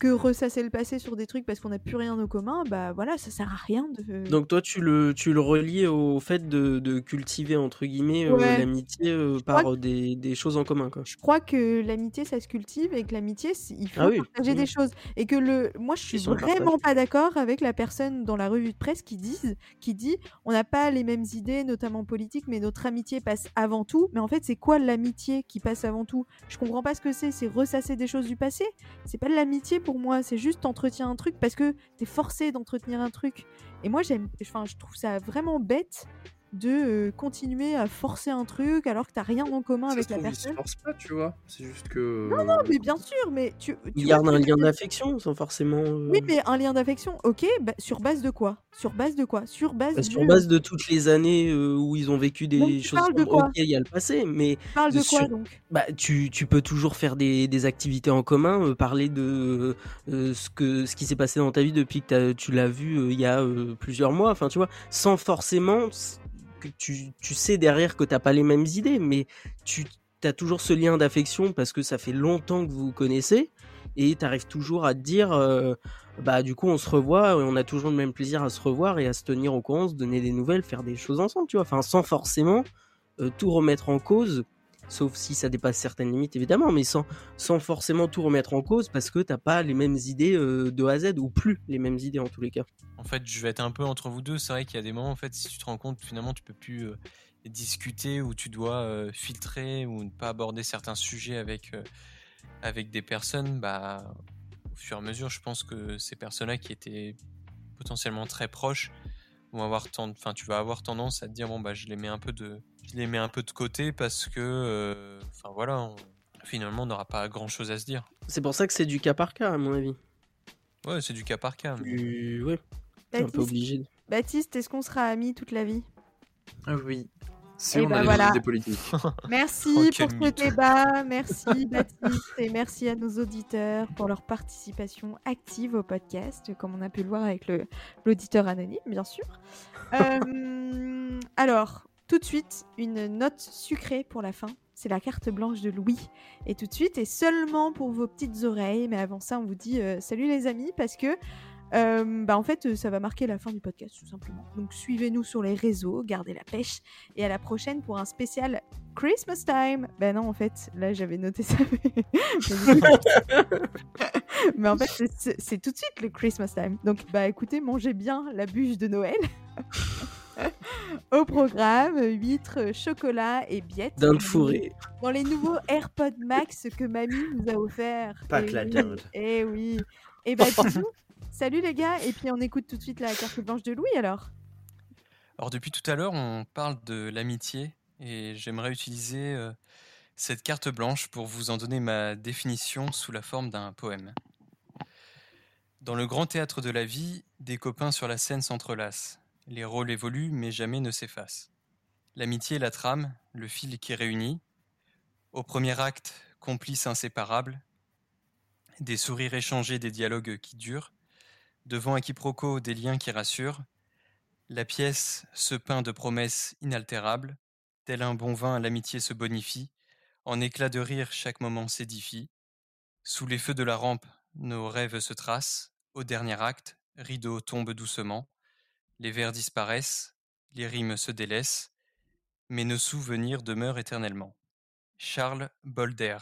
[SPEAKER 1] que ressasser le passé sur des trucs parce qu'on n'a plus rien en commun, bah voilà, ça sert à rien de.
[SPEAKER 6] Donc toi, tu le, tu le relies au fait de, de cultiver, entre guillemets, euh,
[SPEAKER 1] Ouais.
[SPEAKER 6] l'amitié euh,
[SPEAKER 1] Je
[SPEAKER 6] par
[SPEAKER 1] crois
[SPEAKER 6] euh, des, des choses en commun. Quoi.
[SPEAKER 1] je crois que l'amitié, ça se cultive et que l'amitié, c'est- il faut
[SPEAKER 6] Ah oui,
[SPEAKER 1] partager
[SPEAKER 6] oui.
[SPEAKER 1] des choses. Et que le, moi, je suis
[SPEAKER 6] sur le
[SPEAKER 1] vraiment pas d'accord avec la personne dans la revue de presse qui dit, qui dit on n'a pas les mêmes idées, notamment politiques, mais notre amitié passe avant tout. Mais en fait, c'est quoi l'amitié qui passe avant tout Je comprends pas ce que c'est. C'est ressasser des choses du passé. C'est pas de l'amitié pour moi. C'est juste t'entretiens un truc parce que t'es forcé d'entretenir un truc. Et moi, j'aime, enfin, je trouve ça vraiment bête de euh, continuer à forcer un truc alors que t'as rien en commun
[SPEAKER 4] Ça
[SPEAKER 1] avec
[SPEAKER 4] se
[SPEAKER 1] la
[SPEAKER 4] trouve, ils
[SPEAKER 1] personne.
[SPEAKER 4] se forcent pas, tu vois. C'est juste que. euh,
[SPEAKER 1] Mais bien sûr, mais tu. tu
[SPEAKER 6] Il
[SPEAKER 1] vois
[SPEAKER 6] garde
[SPEAKER 1] ce
[SPEAKER 6] un
[SPEAKER 1] que je
[SPEAKER 6] lien
[SPEAKER 1] veux dire
[SPEAKER 6] d'affection sans forcément... euh,
[SPEAKER 1] Oui, mais un lien d'affection, ok, bah, sur base de quoi Sur base de quoi Sur base
[SPEAKER 6] euh,
[SPEAKER 1] du-
[SPEAKER 6] Sur base de toutes les années euh, où ils ont vécu des
[SPEAKER 1] Donc, tu
[SPEAKER 6] choses.
[SPEAKER 1] parles de
[SPEAKER 6] ensemble.
[SPEAKER 1] quoi
[SPEAKER 6] ok, il y a le passé, mais
[SPEAKER 1] Tu parles de,
[SPEAKER 6] de
[SPEAKER 1] quoi
[SPEAKER 6] sur-
[SPEAKER 1] donc
[SPEAKER 6] bah, tu, tu peux toujours faire des, des activités en commun, euh, parler de euh, ce, que, ce qui s'est passé dans ta vie depuis que t'as- tu l'as vu euh, il y a euh, plusieurs mois, enfin tu vois, sans forcément s- que tu, tu sais derrière que t'as pas les mêmes idées, mais tu as toujours ce lien d'affection parce que ça fait longtemps que vous vous connaissez et t'arrives toujours à te dire euh, bah du coup on se revoit et on a toujours le même plaisir à se revoir et à se tenir au courant, se donner des nouvelles, faire des choses ensemble, tu vois, enfin sans forcément euh, tout remettre en cause sauf si ça dépasse certaines limites évidemment, mais sans, sans forcément tout remettre en cause parce que t'as pas les mêmes idées euh, de A à Z ou plus les mêmes idées en tous les cas.
[SPEAKER 3] En fait, je vais être un peu entre vous deux. C'est vrai qu'il y a des moments, en fait, si tu te rends compte, finalement, tu peux plus euh, discuter ou tu dois euh, filtrer ou ne pas aborder certains sujets avec, euh, avec des personnes. Bah, au fur et à mesure, je pense que ces personnes-là qui étaient potentiellement très proches vont avoir ten- enfin, tu vas avoir tendance à te dire bon bah je les mets un peu de je les mets un peu de côté parce que euh, enfin voilà on- finalement on n'aura pas grand chose à se dire
[SPEAKER 6] C'est pour ça que c'est du cas par cas à mon avis.
[SPEAKER 3] ouais c'est du cas par cas Ah, mais-
[SPEAKER 6] Du... Ouais, t'es un peu
[SPEAKER 1] Baptiste,
[SPEAKER 6] obligé. de-
[SPEAKER 1] Baptiste, est-ce qu'on sera amis toute la vie
[SPEAKER 4] Ah oui. Si
[SPEAKER 1] Eh
[SPEAKER 4] on
[SPEAKER 1] ben
[SPEAKER 4] a
[SPEAKER 1] voilà.
[SPEAKER 4] des politiques.
[SPEAKER 1] Merci
[SPEAKER 3] Oh,
[SPEAKER 1] pour
[SPEAKER 3] quel
[SPEAKER 1] ce
[SPEAKER 3] mytho.
[SPEAKER 1] débat, merci Baptiste et merci à nos auditeurs pour leur participation active au podcast, comme on a pu le voir avec le- l'auditeur anonyme, bien sûr. Euh, alors, tout de suite, une note sucrée pour la fin. C'est la carte blanche de Louis. Et tout de suite, et seulement pour vos petites oreilles. Mais avant ça, on vous dit euh, salut les amis, parce que Euh, bah, en fait, ça va marquer la fin du podcast, tout simplement. Donc, suivez-nous sur les réseaux, gardez la pêche, et à la prochaine pour un spécial Christmas Time. Ben non, en fait, là, j'avais noté ça. mais- mais du coup, mais en fait, c'est- c'est- c'est tout de suite le Christmas time. Donc, bah écoutez, mangez bien la bûche de Noël. Au programme, huîtres, chocolat et billettes.
[SPEAKER 6] Dinde fourrée.
[SPEAKER 1] Dans les nouveaux AirPods Max que mamie nous a offert.
[SPEAKER 7] Pas
[SPEAKER 1] Eh
[SPEAKER 7] que la
[SPEAKER 1] oui,
[SPEAKER 7] dinde.
[SPEAKER 1] Eh oui. Et bah, du coup, salut les gars. Et puis, on écoute tout de suite la carte blanche de Louis alors.
[SPEAKER 3] Alors depuis tout à l'heure, on parle de l'amitié et j'aimerais utiliser euh, cette carte blanche pour vous en donner ma définition sous la forme d'un poème. Dans le grand théâtre de la vie, des copains sur la scène s'entrelacent. Les rôles évoluent mais jamais ne s'effacent. L'amitié est la trame, le fil qui réunit. Au premier acte, complices inséparables. Des sourires échangés, des dialogues qui durent. Devant un quiproquo, des liens qui rassurent. La pièce se peint de promesses inaltérables. Tel un bon vin, l'amitié se bonifie. En éclats de rire, chaque moment s'édifie. Sous les feux de la rampe, nos rêves se tracent. Au dernier acte, rideaux tombent doucement. Les vers disparaissent, les rimes se délaissent. Mais nos souvenirs demeurent éternellement. Charles Bolder,